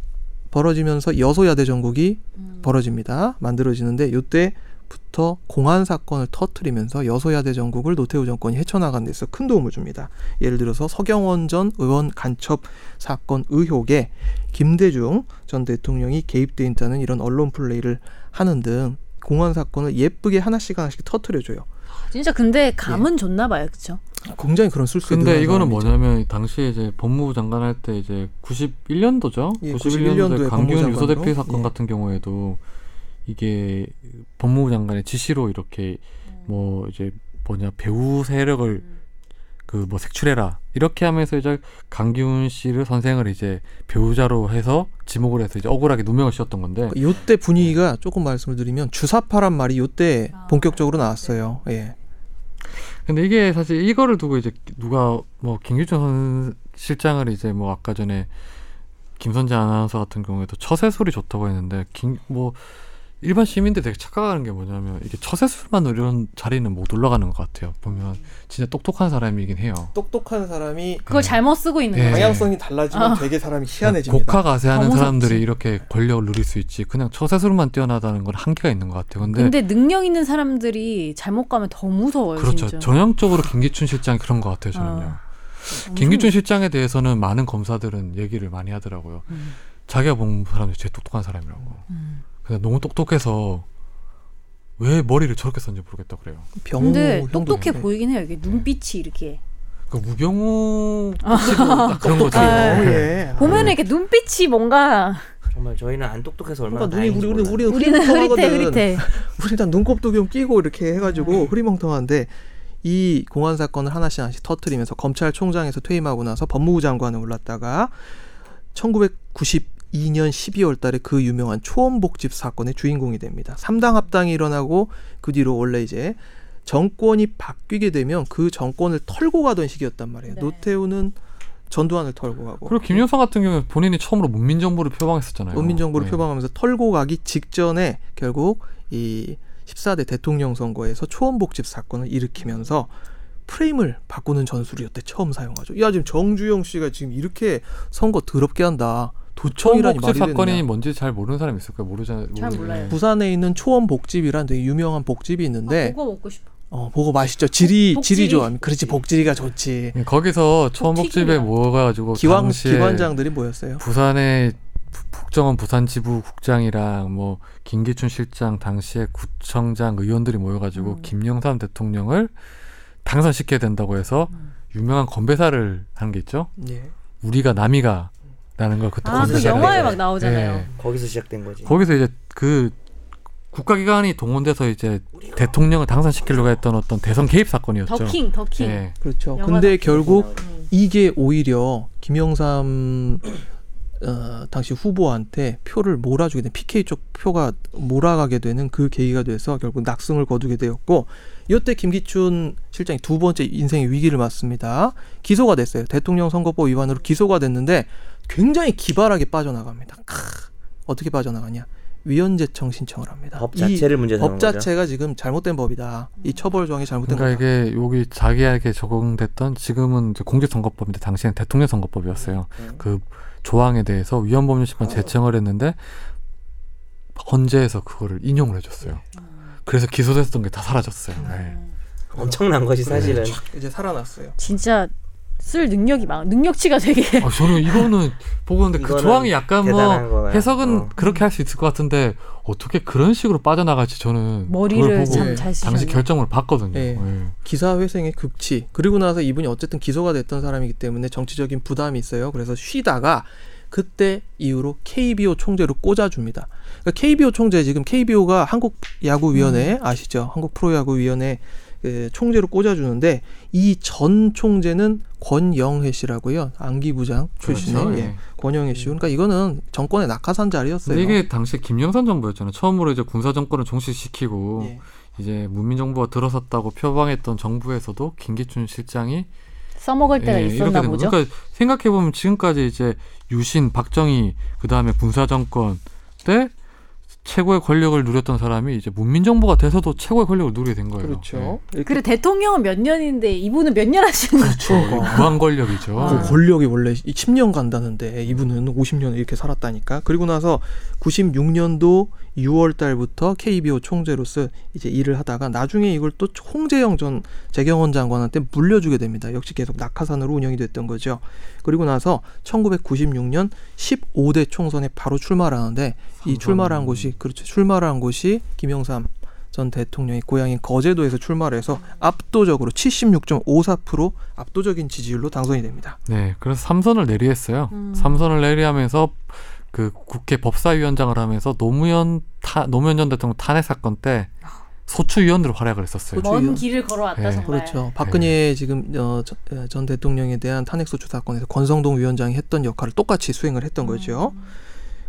벌어지면서 여소야대 전국이 벌어집니다. 만들어지는데 요때부터 공안 사건을 터트리면서 여소야대 전국을 노태우 정권이 헤쳐나간 데 있어 큰 도움을 줍니다. 예를 들어서 서경원 전 의원 간첩 사건 의혹에 김대중 전 대통령이 개입돼 있다는 이런 언론 플레이를 하는 등 공안 사건을 예쁘게 하나씩 하나씩 터트려줘요. 진짜 근데 감은 좋나 봐요. 그렇죠? 굉장히 그런 술수에 근데 능한 이거는 사람이죠. 뭐냐면 당시에 이제 법무부 장관 할 때 이제 91년도죠. 예, 91년도에 91년도에 강기훈 법무부 장관으로. 유서대표 사건 예. 같은 경우에도 이게 법무부 장관의 지시로 이렇게 뭐 이제 뭐냐 배우 세력을 그 뭐 색출해라 이렇게 하면서 이제 강기훈 씨를 선생을 이제 배우자로 해서 지목을 해서 이제 억울하게 누명을 씌웠던 건데 그러니까 요때 분위기가 조금 말씀을 드리면 주사파란 말이 요때 아. 본격적으로 나왔어요. 예. 근데 이게 사실 이거를 두고 이제 누가 뭐 김규준 선 실장을 이제 뭐 아까 전에 김선재 아나운서 같은 경우에도 처세술이 좋다고 했는데 김 뭐 일반 시민들 되게 착각하는 게 뭐냐면 이게 처세술만 노리는 자리는 못 올라가는 것 같아요. 보면 진짜 똑똑한 사람이긴 해요. 똑똑한 사람이 그걸 잘못 쓰고 있는 네. 예. 거예요. 방향성이 아. 달라지면 되게 사람이 고카 가세하는 너무 사람들이 좋지. 이렇게 권력을 누릴 수 있지. 그냥 처세술만 뛰어나다는 건 한계가 있는 것 같아요. 근데, 근데 능력 있는 사람들이 잘못 가면 더 무서워요. 그렇죠. 진짜. 전형적으로 김기춘 실장이 그런 것 같아요. 저는요. 아. 엄청- 김기춘 실장에 대해서는 많은 검사들은 얘기를 많이 하더라고요. 음. 자기가 본 사람이 제일 똑똑한 사람이라고. 음. 근데 너무 똑똑해서 왜 머리를 저렇게 썼는지 모르겠다 그래요. 병 근데 똑똑해 보이긴 해요. 이게 눈빛이 이렇게 그 무병우 씨도 딱 그런 거죠. 아, 똑똑해요. 아, 예. 보면 이렇게 눈빛이 뭔가 정말 저희는 안 똑똑해서 얼마나 그러니까 눈이 우리 다행인지 우리 몰라요. 우리는 우리는 흐릿해 흐리멍텅하거든. 흐릿해. 우리 다 눈곱도 좀 끼고 이렇게 해가지고 흐리멍텅한데 이 공안 사건을 하나씩 하나씩 터트리면서 검찰총장에서 퇴임하고 나서 법무부 장관에 올랐다가 1992년 12월 달에 그 유명한 초원복집 사건의 주인공이 됩니다. 삼당 합당이 일어나고 그 뒤로 원래 이제 정권이 바뀌게 되면 그 정권을 털고 가던 시기였단 말이에요. 네. 노태우는 전두환을 털고 가고 그리고 김영삼 같은 경우는 본인이 처음으로 문민정부를 표방했었잖아요. 문민정부를 네. 표방하면서 털고 가기 직전에 결국 이 14대 대통령 선거에서 초원복집 사건을 일으키면서 프레임을 바꾸는 전술이었대 처음 사용하죠. 야 지금 정주영 씨가 지금 이렇게 선거 더럽게 한다. 도청이라니 초원복집 말이 사건이 뭐 되느냐. 뭔지 잘 모르는 사람이 있을 거예요. 모르잖아요. 잘 모르- 몰라요. 부산에 있는 초원복집이란 되게 유명한 복집이 있는데 아, 그거 먹고 싶어. 어, 보고 맛있죠. 지리 복- 지리 복지리. 좋아. 그렇지 복지리가 좋지. 예, 거기서 초원복집에 그 튀김이야. 모여가지고 기왕 뭐 당시에 기관장들이 모였어요. 부산의 부- 북정원 부산지부 국장이랑 뭐 김기춘 실장 당시에 구청장 의원들이 모여가지고 음. 김영삼 대통령을 당선시켜야 된다고 해서 음. 유명한 건배사를 한 게 있죠. 예. 우리가 남이가라는 걸 그때 거기서 아, 그 거기서 영화에 시작해. 막 나오잖아요. 예. 거기서 시작된 거지. 거기서 이제 그 국가기관이 동원돼서 이제 대통령을 당선시키려고 했던 어떤 대선 개입 사건이었죠. 더킹, 더킹. 예. 그렇죠. 영화가 근데 결국 음. 이게 오히려 김영삼 어, 당시 후보한테 표를 몰아주게 된 PK 쪽 표가 몰아가게 되는 그 계기가 돼서 결국 낙승을 거두게 되었고 이때 김기춘 실장이 두 번째 인생의 위기를 맞습니다. 기소가 됐어요. 대통령 선거법 위반으로 기소가 됐는데 굉장히 기발하게 빠져나갑니다. 크, 어떻게 빠져나가냐? 위헌재청 신청을 합니다. 법 이 자체를 문제 삼은 법 거죠. 자체가 지금 잘못된 법이다. 이 처벌 조항이 잘못된 그러니까 거다. 이게 여기 자기에게 적용됐던 지금은 이제 공직선거법인데 당시엔 대통령선거법이었어요. 네, 그 조항에 대해서 어. 위헌법률심판 제청을 했는데 헌재에서 그거를 인용을 해줬어요. 그래서 기소됐던 게 다 사라졌어요. 네. 음. 엄청난 거지 사실은. 이제 살아났어요. 진짜 쓸 능력이 많, 능력치가 되게. 아, 저는 이거는 보고 있는데 그 이거는 조항이 약간 대단한 뭐 거네요. 해석은 어. 그렇게 할 수 있을 것 같은데 어떻게 그런 식으로 빠져나갈지 저는 그걸 머리를 보고 참 잘 쓰셨네. 당시 결정을 봤거든요. 예. 예. 기사회생의 극치 그리고 나서 이분이 어쨌든 기소가 됐던 사람이기 때문에 정치적인 부담이 있어요 그래서 쉬다가 그때 이후로 KBO 총재로 꽂아줍니다 그러니까 KBO 총재 지금 KBO가 한국야구위원회 음. 아시죠 한국 프로야구위원회 그 총재로 꽂아주는데 이 전 총재는 권영회 씨라고요 안기 부장 출신의 그렇죠. 예, 권영회 씨 그러니까 이거는 정권의 낙하산 자리였어요 예. 근데 이게 당시 김영삼 정부였잖아요. 처음으로 이제 군사 정권을 종식시키고 예. 이제 문민 정부가 들어섰다고 표방했던 정부에서도 김기춘 실장이 써먹을 때가 예, 이렇게 있었나 된 거죠. 보죠. 그러니까 생각해 보면 지금까지 이제 유신, 박정희 그 다음에 군사 정권 때 최고의 권력을 누렸던 사람이 이제 문민 정부가 돼서도 최고의 권력을 누리게 된 거예요. 그렇죠 그래 대통령은 몇 년인데 이분은 몇 년 하시는 거죠? 예. 거의 어. 무한 권력이죠. 아. 그 권력이 원래 10년 간다는데 이분은 50년 이렇게 살았다니까. 그리고 나서 96년도 6월 달부터 KBO 총재로서 이제 일을 하다가 나중에 이걸 또 홍재영 전 재경원 장관한테 물려주게 됩니다. 역시 계속 낙하산으로 운영이 됐던 거죠. 그리고 나서 1996년 15대 총선에 바로 출마를 하는데 이 출마를 한 곳이 그렇죠. 출마를 한 곳이 김영삼 전 대통령이 고향인 거제도에서 출마를 해서 압도적으로 76.54% 압도적인 지지율로 당선이 됩니다. 네, 그래서 삼선을 내리했어요. 음. 삼선을 내리하면서 그 국회 법사위원장을 하면서 노무현 타, 노무현 전 대통령 탄핵 사건 때 아. 소추위원으로 활약을 했었어요. 소추- 먼 그렇죠. 길을 걸어왔다 예. 정말. 그렇죠. 박근혜 지금 어, 저- 에, 전 대통령에 대한 탄핵소추 사건에서 권성동 위원장이 했던 역할을 똑같이 수행을 했던 거죠. 음.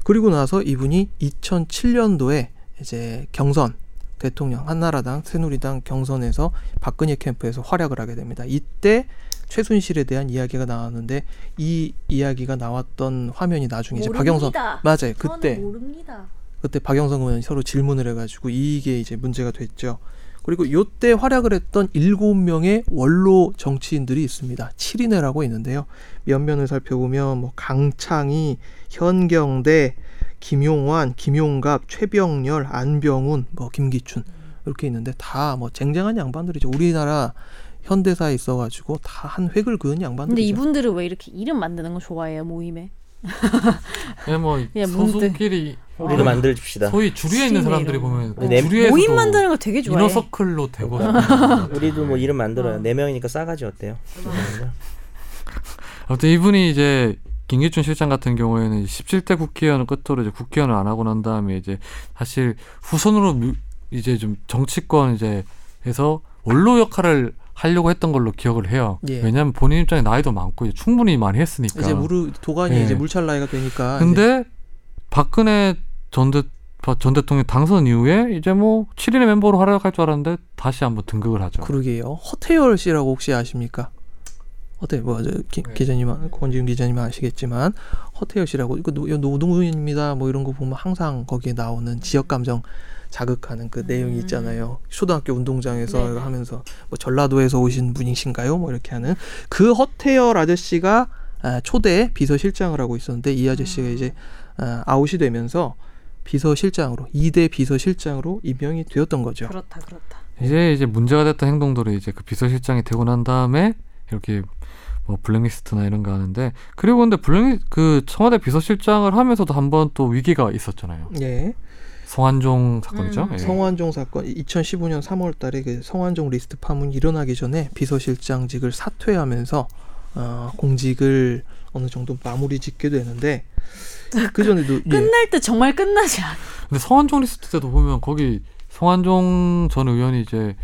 그리고 나서 이분이 2007년도에 이제 경선 대통령 한나라당 새누리당 경선에서 박근혜 캠프에서 활약을 하게 됩니다. 이때 최순실에 대한 이야기가 나왔는데 이 이야기가 나왔던 화면이 나중에 이제 박영선 모릅니다. 맞아요. 저는 네, 그때 모릅니다. 그때 박영선 의원이 서로 질문을 해가지고 이게 이제 문제가 됐죠. 그리고 요때 활약을 했던 일곱 명의 원로 정치인들이 있습니다. 7인회라고 있는데요. 면면을 살펴보면 뭐 강창희, 현경대, 김용환, 김용갑, 최병렬, 안병훈, 뭐 김기춘 이렇게 있는데 다 뭐 쟁쟁한 양반들이죠. 우리나라 현대사에 있어가지고 다 한 획을 그은 양반들이죠. 근데 이분들은 왜 이렇게 이름 만드는 거 좋아해요 모임에? 예, 뭐 예, 소수끼리 아, 우리도 만들어 줍시다. 소위 주류에 있는 시인의 사람들이 이름. 보면 그 네, 주류에서도 모임 만드는 거 되게 좋아해. 이너서클로 되고 우리도 뭐 이름 만들어요. 네 명이니까 싸가지 어때요? 아무튼 이분이 이제 김기춘 실장 같은 경우에는 17대 국회의원을 끝으로 이제 국회의원을 안 하고 난 다음에 이제 사실 후손으로 미- 이제 좀 정치권 이제 해서 원로 역할을 하려고 했던 걸로 기억을 해요. 예. 왜냐하면 본인 입장에 나이도 많고 이제 충분히 많이 했으니까. 이제 무르 도가니 예. 이제 물찰 나이가 아, 되니까 이제 네. 근데 박근혜 전, 대, 바- 전 대통령 당선 이후에 이제 뭐 7인의 멤버로 그 활약할 줄 알았는데 다시 한번 등극을 하죠. 그러게요. 허태열 씨라고 혹시 아십니까? 허태 뭐저 네. 기자님 아- 권지윤 기자님 아시겠지만 허태열 씨라고 이거 노- 노- 노무현입니다 뭐 이런 거 보면 항상 거기에 나오는 지역 감정 자극하는 그 내용이 있잖아요 초등학교 운동장에서 음. 네네. 하면서 뭐 전라도에서 오신 분이신가요 뭐 이렇게 하는 그 허태열 아저씨가 아, 초대 비서실장을 하고 있었는데 이 아저씨가 이제 음. 아, 아웃이 되면서 비서실장으로 2대 비서실장으로 임명이 되었던 거죠. 그렇다 그렇다. 이제 이제 문제가 됐던 행동들을 이제 그 비서실장이 되고 난 다음에 이렇게 뭐 블랙리스트나 이런 거 하는데 그리고 근데 블랙 그 청와대 비서실장을 하면서도 한 번 또 위기가 있었잖아요. 예. 성한종 사건이죠. 음. 예. 성완종 사건 2015년 3월 달에 그 성완종 리스트 파문이 일어나기 전에 비서실장직을 사퇴하면서 어, 공직을 어느 정도 마무리 짓게 되는데 그 전에도 예. 끝날 때 정말 끝나지 않아. 근데 성한종 리스트 때도 보면 거기 성한종 전 의원이 이제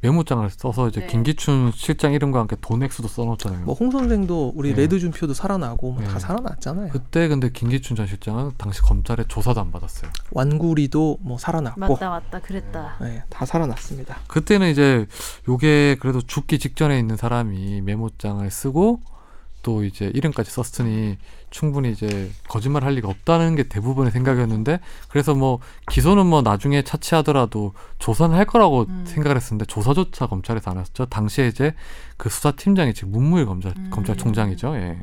메모장을 써서 이제 네. 김기춘 실장 이름과 함께 돈 액수도 써놓잖아요. 뭐홍 선생도 우리 예. 레드준표도 살아나고 뭐다 예. 살아났잖아요. 그때 근데 김기춘 전 실장은 당시 검찰에 조사도 안 받았어요. 완구리도 뭐 살아났고 맞다 맞다 그랬다. 예, 다 살아났습니다. 그때는 이제 요게 그래도 죽기 직전에 있는 사람이 메모장을 쓰고 또 이제 이름까지 썼으니 충분히 이제 거짓말 할 리가 없다는 게 대부분의 생각이었는데 그래서 뭐 기소는 뭐 나중에 차치하더라도 조사는 할 거라고 음. 생각을 했었는데 조사조차 검찰에서 안 했었죠. 당시에 이제 그 수사팀장이 지금 문무일 검찰 음. 검찰총장이죠. 예.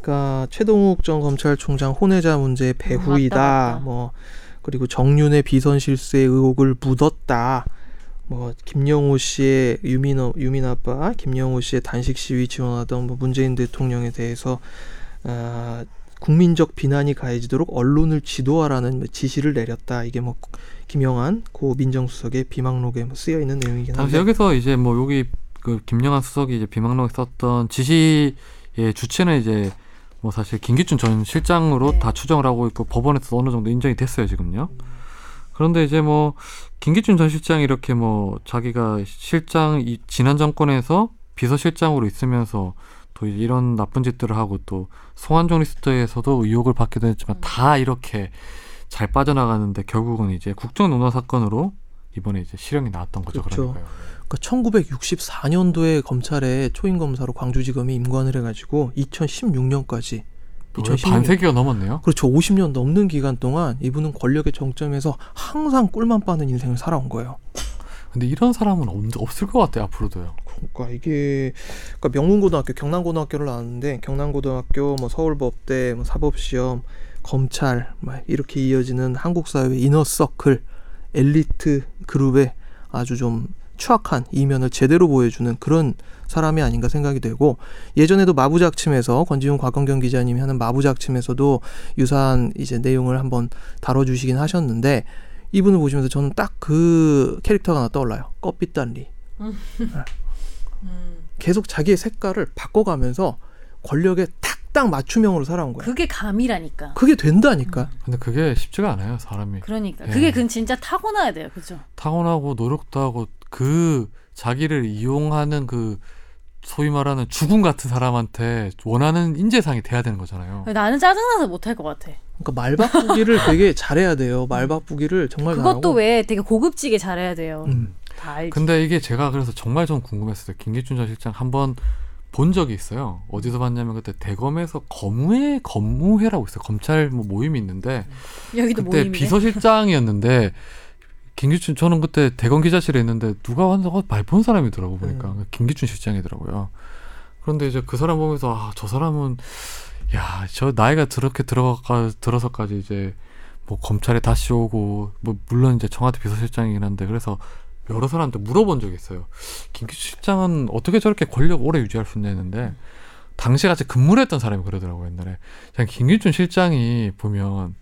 그러니까 최동욱 전 검찰총장 혼외자 문제의 배후이다. 아, 맞다, 맞다. 뭐 그리고 정윤의 비선 실수의 의혹을 묻었다. 뭐 김영호 씨의 유민 어- 유민 아빠, 김영호 씨의 단식 시위 지원하던 뭐 문재인 대통령에 대해서 아, 국민적 비난이 가해지도록 언론을 지도하라는 뭐 지시를 내렸다. 이게 뭐 김영한 고 민정수석의 비망록에 뭐 쓰여 있는 내용이긴 당시 한데. 여기서 이제 뭐 여기 그 김영한 수석이 이제 비망록에 썼던 지시의 주체는 이제 뭐 사실 김기춘 전 실장으로 네. 다 추정을 하고 있고 법원에서 어느 정도 인정이 됐어요 지금요. 그런데 이제 뭐 김기춘 전 실장이 이렇게 뭐 자기가 실장 이 지난 정권에서 비서실장으로 있으면서 또 이제 이런 나쁜 짓들을 하고 또 송환종 리스트에서도 의혹을 받기도 했지만 음. 다 이렇게 잘 빠져나가는데 결국은 이제 국정 논란 사건으로 이번에 이제 실형이 나왔던 거죠 그렇죠. 그러니까요. 그 1964년도에 검찰에 초임 검사로 광주지검이 임관을 해가지고 2016년까지 거의 반세기가 넘었네요. 그렇죠 50년 넘는 기간 동안 이분은 권력의 정점에서 항상 꿀만 빠는 인생을 살아온 거예요. 근데 이런 사람은 없, 없을 것 같아요 앞으로도요. 그러니까 이게 그러니까 명문고등학교 경남고등학교를 나왔는데 경남고등학교 뭐 서울법대 뭐 사법시험 검찰 막 이렇게 이어지는 한국 사회의 이너서클 엘리트 그룹의 아주 좀 추악한 이면을 제대로 보여주는 그런 사람이 아닌가 생각이 되고 예전에도 마부작침에서 권지훈 곽건경 기자님이 하는 마부작침에서도 유사한 이제 내용을 한번 다뤄주시긴 하셨는데 이분을 보시면서 저는 딱 그 캐릭터가 하나 떠올라요 껍빗단리 예. 음. 계속 자기의 색깔을 바꿔가면서 권력에 딱딱 맞춤형으로 살아온 거야. 그게 감이라니까. 그게 된다니까. 근데 그게 쉽지가 않아요 사람이 그러니까 예. 그게 그 진짜 타고나야 돼요, 그죠? 타고나고 노력도 하고 그 자기를 이용하는 그 소위 말하는 죽음 같은 사람한테 원하는 인재상이 돼야 되는 거잖아요. 나는 짜증나서 못할 것 같아. 그러니까 말 바꾸기를 되게 잘해야 돼요. 말 바꾸기를 정말 그것도 잘하고. 왜 되게 고급지게 잘해야 돼요. 음. 다 알지. 근데 이게 제가 그래서 정말 좀 궁금했어요. 김기춘 전 실장 한번 본 적이 있어요. 어디서 봤냐면 그때 대검에서 검우회 검우회라고 있어요. 검찰 뭐 모임이 있는데 여기도 그때 모임이네. 비서실장이었는데 김기춘 저는 그때 대검 기자실에 있는데 누가 와서 말본 사람이더라고 보니까 음. 김기춘 실장이더라고요. 그런데 이제 그 사람 보면서 아 저 사람은 야 저 나이가 저렇게 들어가 들어서까지 이제 뭐 검찰에 다시 오고 뭐 물론 이제 청와대 비서실장이긴 한데 그래서 여러 사람한테 물어본 적이 있어요. 김기춘 실장은 어떻게 저렇게 권력 오래 유지할 수 있냐 했는데 당시 같이 근무를 했던 사람이 그러더라고요 옛날에. 그냥 김기춘 실장이 보면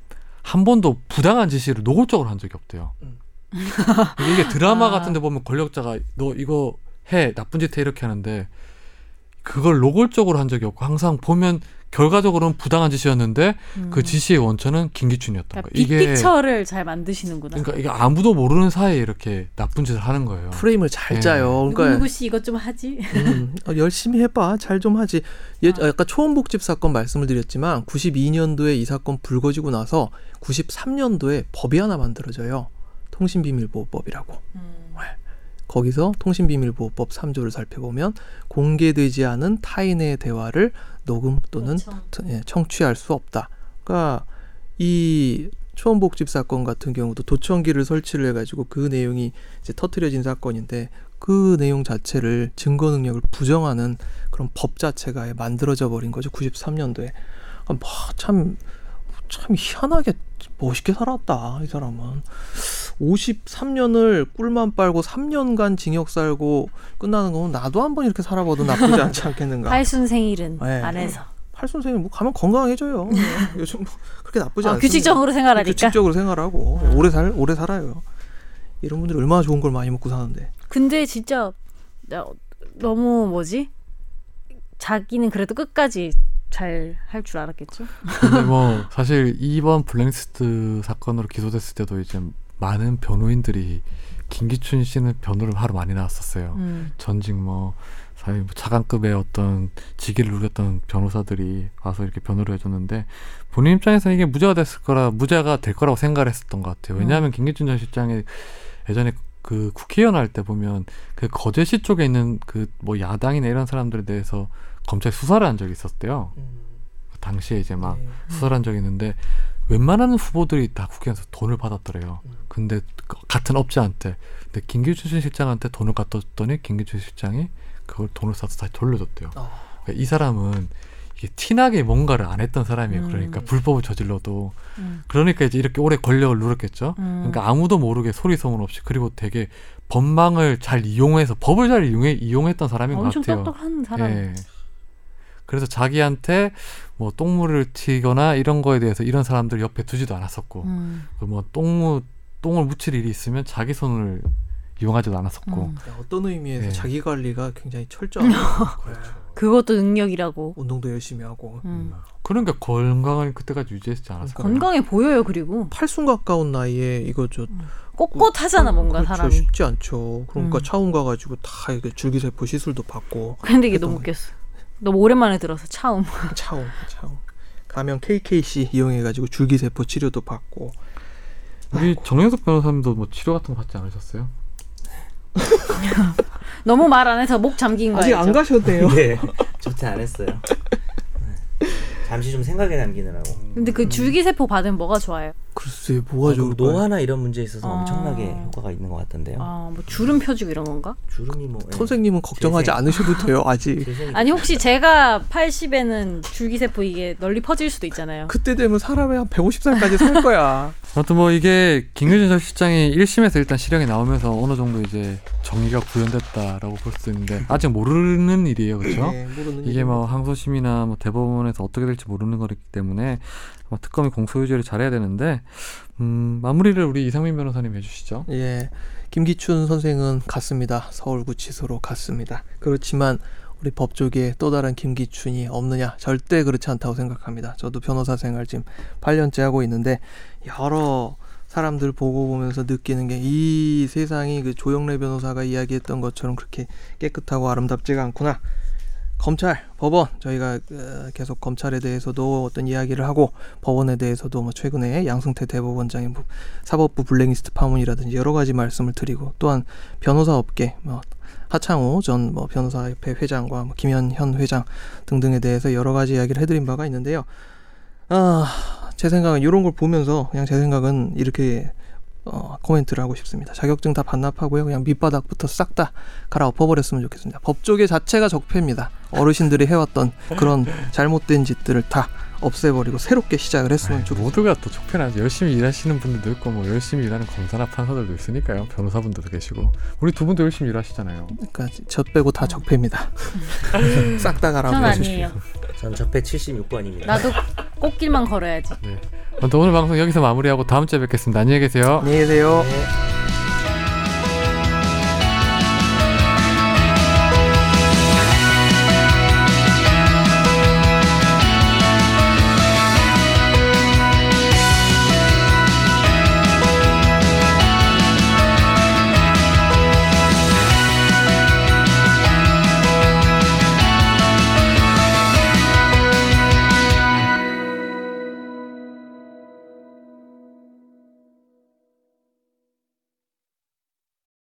한 번도 부당한 지시를 노골적으로 한 적이 없대요. 음. 이게 드라마 아. 같은데 보면 권력자가 너 이거 해 나쁜 짓 해 이렇게 하는데 그걸 노골적으로 한 적이 없고 항상 보면 결과적으로는 부당한 짓이었는데 음. 그 지시의 원천은 김기춘이었던 그러니까 거예요. 이게 빅픽처를 잘 만드시는구나. 그러니까 이게 아무도 모르는 사이에 이렇게 나쁜 짓을 하는 거예요. 프레임을 잘 예. 짜요. 누구 그러니까 누구 씨 이것 좀 하지. 음, 어, 열심히 해봐. 잘 좀 하지. 예, 아. 아까 초원복집 사건 말씀을 드렸지만 92년도에 이 사건 불거지고 나서 93년도에 법이 하나 만들어져요. 통신비밀보호법이라고. 음. 거기서 통신비밀보호법 3조를 살펴보면 공개되지 않은 타인의 대화를 녹음 또는 그렇죠. 청- 예, 청취할 수 없다. 그러니까 이 초원복집 사건 같은 경우도 도청기를 설치를 해가지고 그 내용이 이제 터트려진 사건인데 그 내용 자체를 증거 능력을 부정하는 그런 법 자체가 아예 만들어져 버린 거죠. 93년도에. 아, 뭐 참참 참 희한하게 멋있게 살았다 이 사람은. 53년을 꿀만 빨고 3년간 징역 살고 끝나는 거면 나도 한번 이렇게 살아봐도 나쁘지 않지 않겠는가. 팔순 생일은 네. 안에서 팔순 생님 뭐 가면 건강해져요. 뭐. 요즘 뭐 그렇게 나쁘지 아, 않습니다. 네, 규칙적으로 생활하니까. 음. 규칙적으로 생활하고 오래 살 오래 살아요. 이런 분들이 얼마나 좋은 걸 많이 먹고 사는데. 근데 진짜 나- 너무 뭐지? 자기는 그래도 끝까지 잘 할 줄 알았겠죠. 근데 뭐 사실 이번 블랙리스트 사건으로 기소됐을 때도 이제 많은 변호인들이 김기춘 씨는 변호를 하러 많이 나왔었어요. 음. 전직 뭐 사회 뭐 차관급의 어떤 직위를 누렸던 변호사들이 와서 이렇게 변호를 해줬는데 본인 입장에서는 이게 무죄가 됐을 거라 무죄가 될 거라고 생각을 했었던 것 같아요. 왜냐하면 김기춘 전 실장이 예전에 그 국회의원 할 때 보면 그 거제시 쪽에 있는 그 뭐 야당이나 이런 사람들에 대해서 검찰 이 수사를 한 적이 있었대요. 음, 그 당시에 이제 막 네. 수사를 한 적이 있는데 웬만한 후보들이 다 국회에서 돈을 받았더래요. 근데 그 같은 업체한테 근데 김기춘 실장한테 돈을 갖다줬더니 김기춘 실장이 그걸 돈을 싸서 다시 돌려줬대요. 아. 어. 그러니까 이 사람은 이게 티나게 뭔가를 안 했던 사람이에요. 음. 그러니까 불법을 저질러도 음. 그러니까 이제 이렇게 오래 권력을 누렸겠죠. 음. 그러니까 아무도 모르게 소리소문 없이 그리고 되게 법망을 잘 이용해서 법을 잘 이용해 이용했던 사람인 것 엄청 같아요. 똑똑한 사람. 예. 그래서 자기한테 뭐 똥물을 튀거나 이런 거에 대해서 이런 사람들 옆에 두지도 않았었고 음. 그뭐 똥무 똥을 묻힐 일이 있으면 자기 손을 이용하지도 않았었고 음. 그러니까 어떤 의미에서 예. 자기 관리가 굉장히 철저하고 그렇죠. 그것도 능력이라고. 운동도 열심히 하고 음. 그러니까 건강을 그때까지 유지했지 않았을까 요 그러니까요. 건강해 보여요. 그리고 팔순 가까운 나이에 이거 저 꼿꼿하잖아 뭔가 그렇죠, 사람이. 쉽지 않죠. 그러니까 음. 차움 가가지고 다 이게 줄기세포 시술도 받고 근데 이게 너무 했던 웃겼어. 너무 오랜만에 들어서 차음. 차움 차움 가면 KKC 이용해가지고 줄기세포 치료도 받고 우리 정영석 변호사님도 뭐 치료 같은 거 받지 않으셨어요? 너무 말 안 해서 목 잠긴 거죠. 아직 안 가셨네요. 네, 저한테 안 했어요. 네. 잠시 좀 생각에 남기느라고. 근데 음. 그 줄기세포 받으면 뭐가 좋아요? 글쎄 뭐가 아, 그 좋을까요? 노화나 이런 문제에 있어서 아. 엄청나게 효과가 있는 것 같던데요. 아, 뭐 주름 펴주고 이런 건가? 주름이 뭐 네. 예. 선생님은 걱정하지 재생. 않으셔도 돼요. 아직 재생이 아니 혹시 제가 80에는 줄기세포 이게 널리 퍼질 수도 있잖아요. 그때 되면 사람의 한 150살까지 살 거야. 아무튼 뭐 이게 김유진 전 실장이 1심에서 일단 실형이 나오면서 어느 정도 이제 정의가 구현됐다라고 볼 수 있는데 아직 모르는 일이에요, 그렇죠? 네, 모르는 이게 일이고. 뭐 항소심이나 뭐 대법원에서 어떻게 될지 모르는 거기 때문에 아마 특검이 공소유지를 잘해야 되는데 음, 마무리를 우리 이상민 변호사님 해주시죠. 예, 김기춘 선생은 갔습니다. 서울구치소로 갔습니다. 그렇지만 우리 법조계에 또 다른 김기춘이 없느냐? 절대 그렇지 않다고 생각합니다. 저도 변호사 생활 지금 8년째 하고 있는데 여러 사람들 보고 보면서 느끼는 게 이 세상이 그 조영래 변호사가 이야기했던 것처럼 그렇게 깨끗하고 아름답지가 않구나. 검찰, 법원 저희가 어, 계속 검찰에 대해서도 어떤 이야기를 하고 법원에 대해서도 뭐 최근에 양승태 대법원장의 뭐 사법부 블랙리스트 파문이라든지 여러 가지 말씀을 드리고 또한 변호사 업계 뭐 하창호 전 뭐 변호사협회 회장과 뭐 김현현 회장 등등에 대해서 여러 가지 이야기를 해드린 바가 있는데요. 아, 제 생각은 이런 걸 보면서 그냥 제 생각은 이렇게 어, 코멘트를 하고 싶습니다. 자격증 다 반납하고요. 그냥 밑바닥부터 싹 다 갈아엎어버렸으면 좋겠습니다. 법조계 자체가 적폐입니다. 어르신들이 해왔던 그런 잘못된 짓들을 다 없애버리고 새롭게 시작을 했으면 좋겠습니다. 모두가 또 속편하지 열심히 일하시는 분들도 있고 뭐 열심히 일하는 검사나 판사들도 있으니까요 변호사분들도 계시고 우리 두 분도 열심히 일하시잖아요 그러니까 저 빼고 다 적폐입니다. 싹 다 갈아 전 버리십시오. 아니에요. 전 적폐 76권입니다. 나도 꽃길만 걸어야지. 아무튼 오늘 방송 여기서 마무리하고 다음 주에 뵙겠습니다 안녕히 계세요 안녕히 계세요. 네.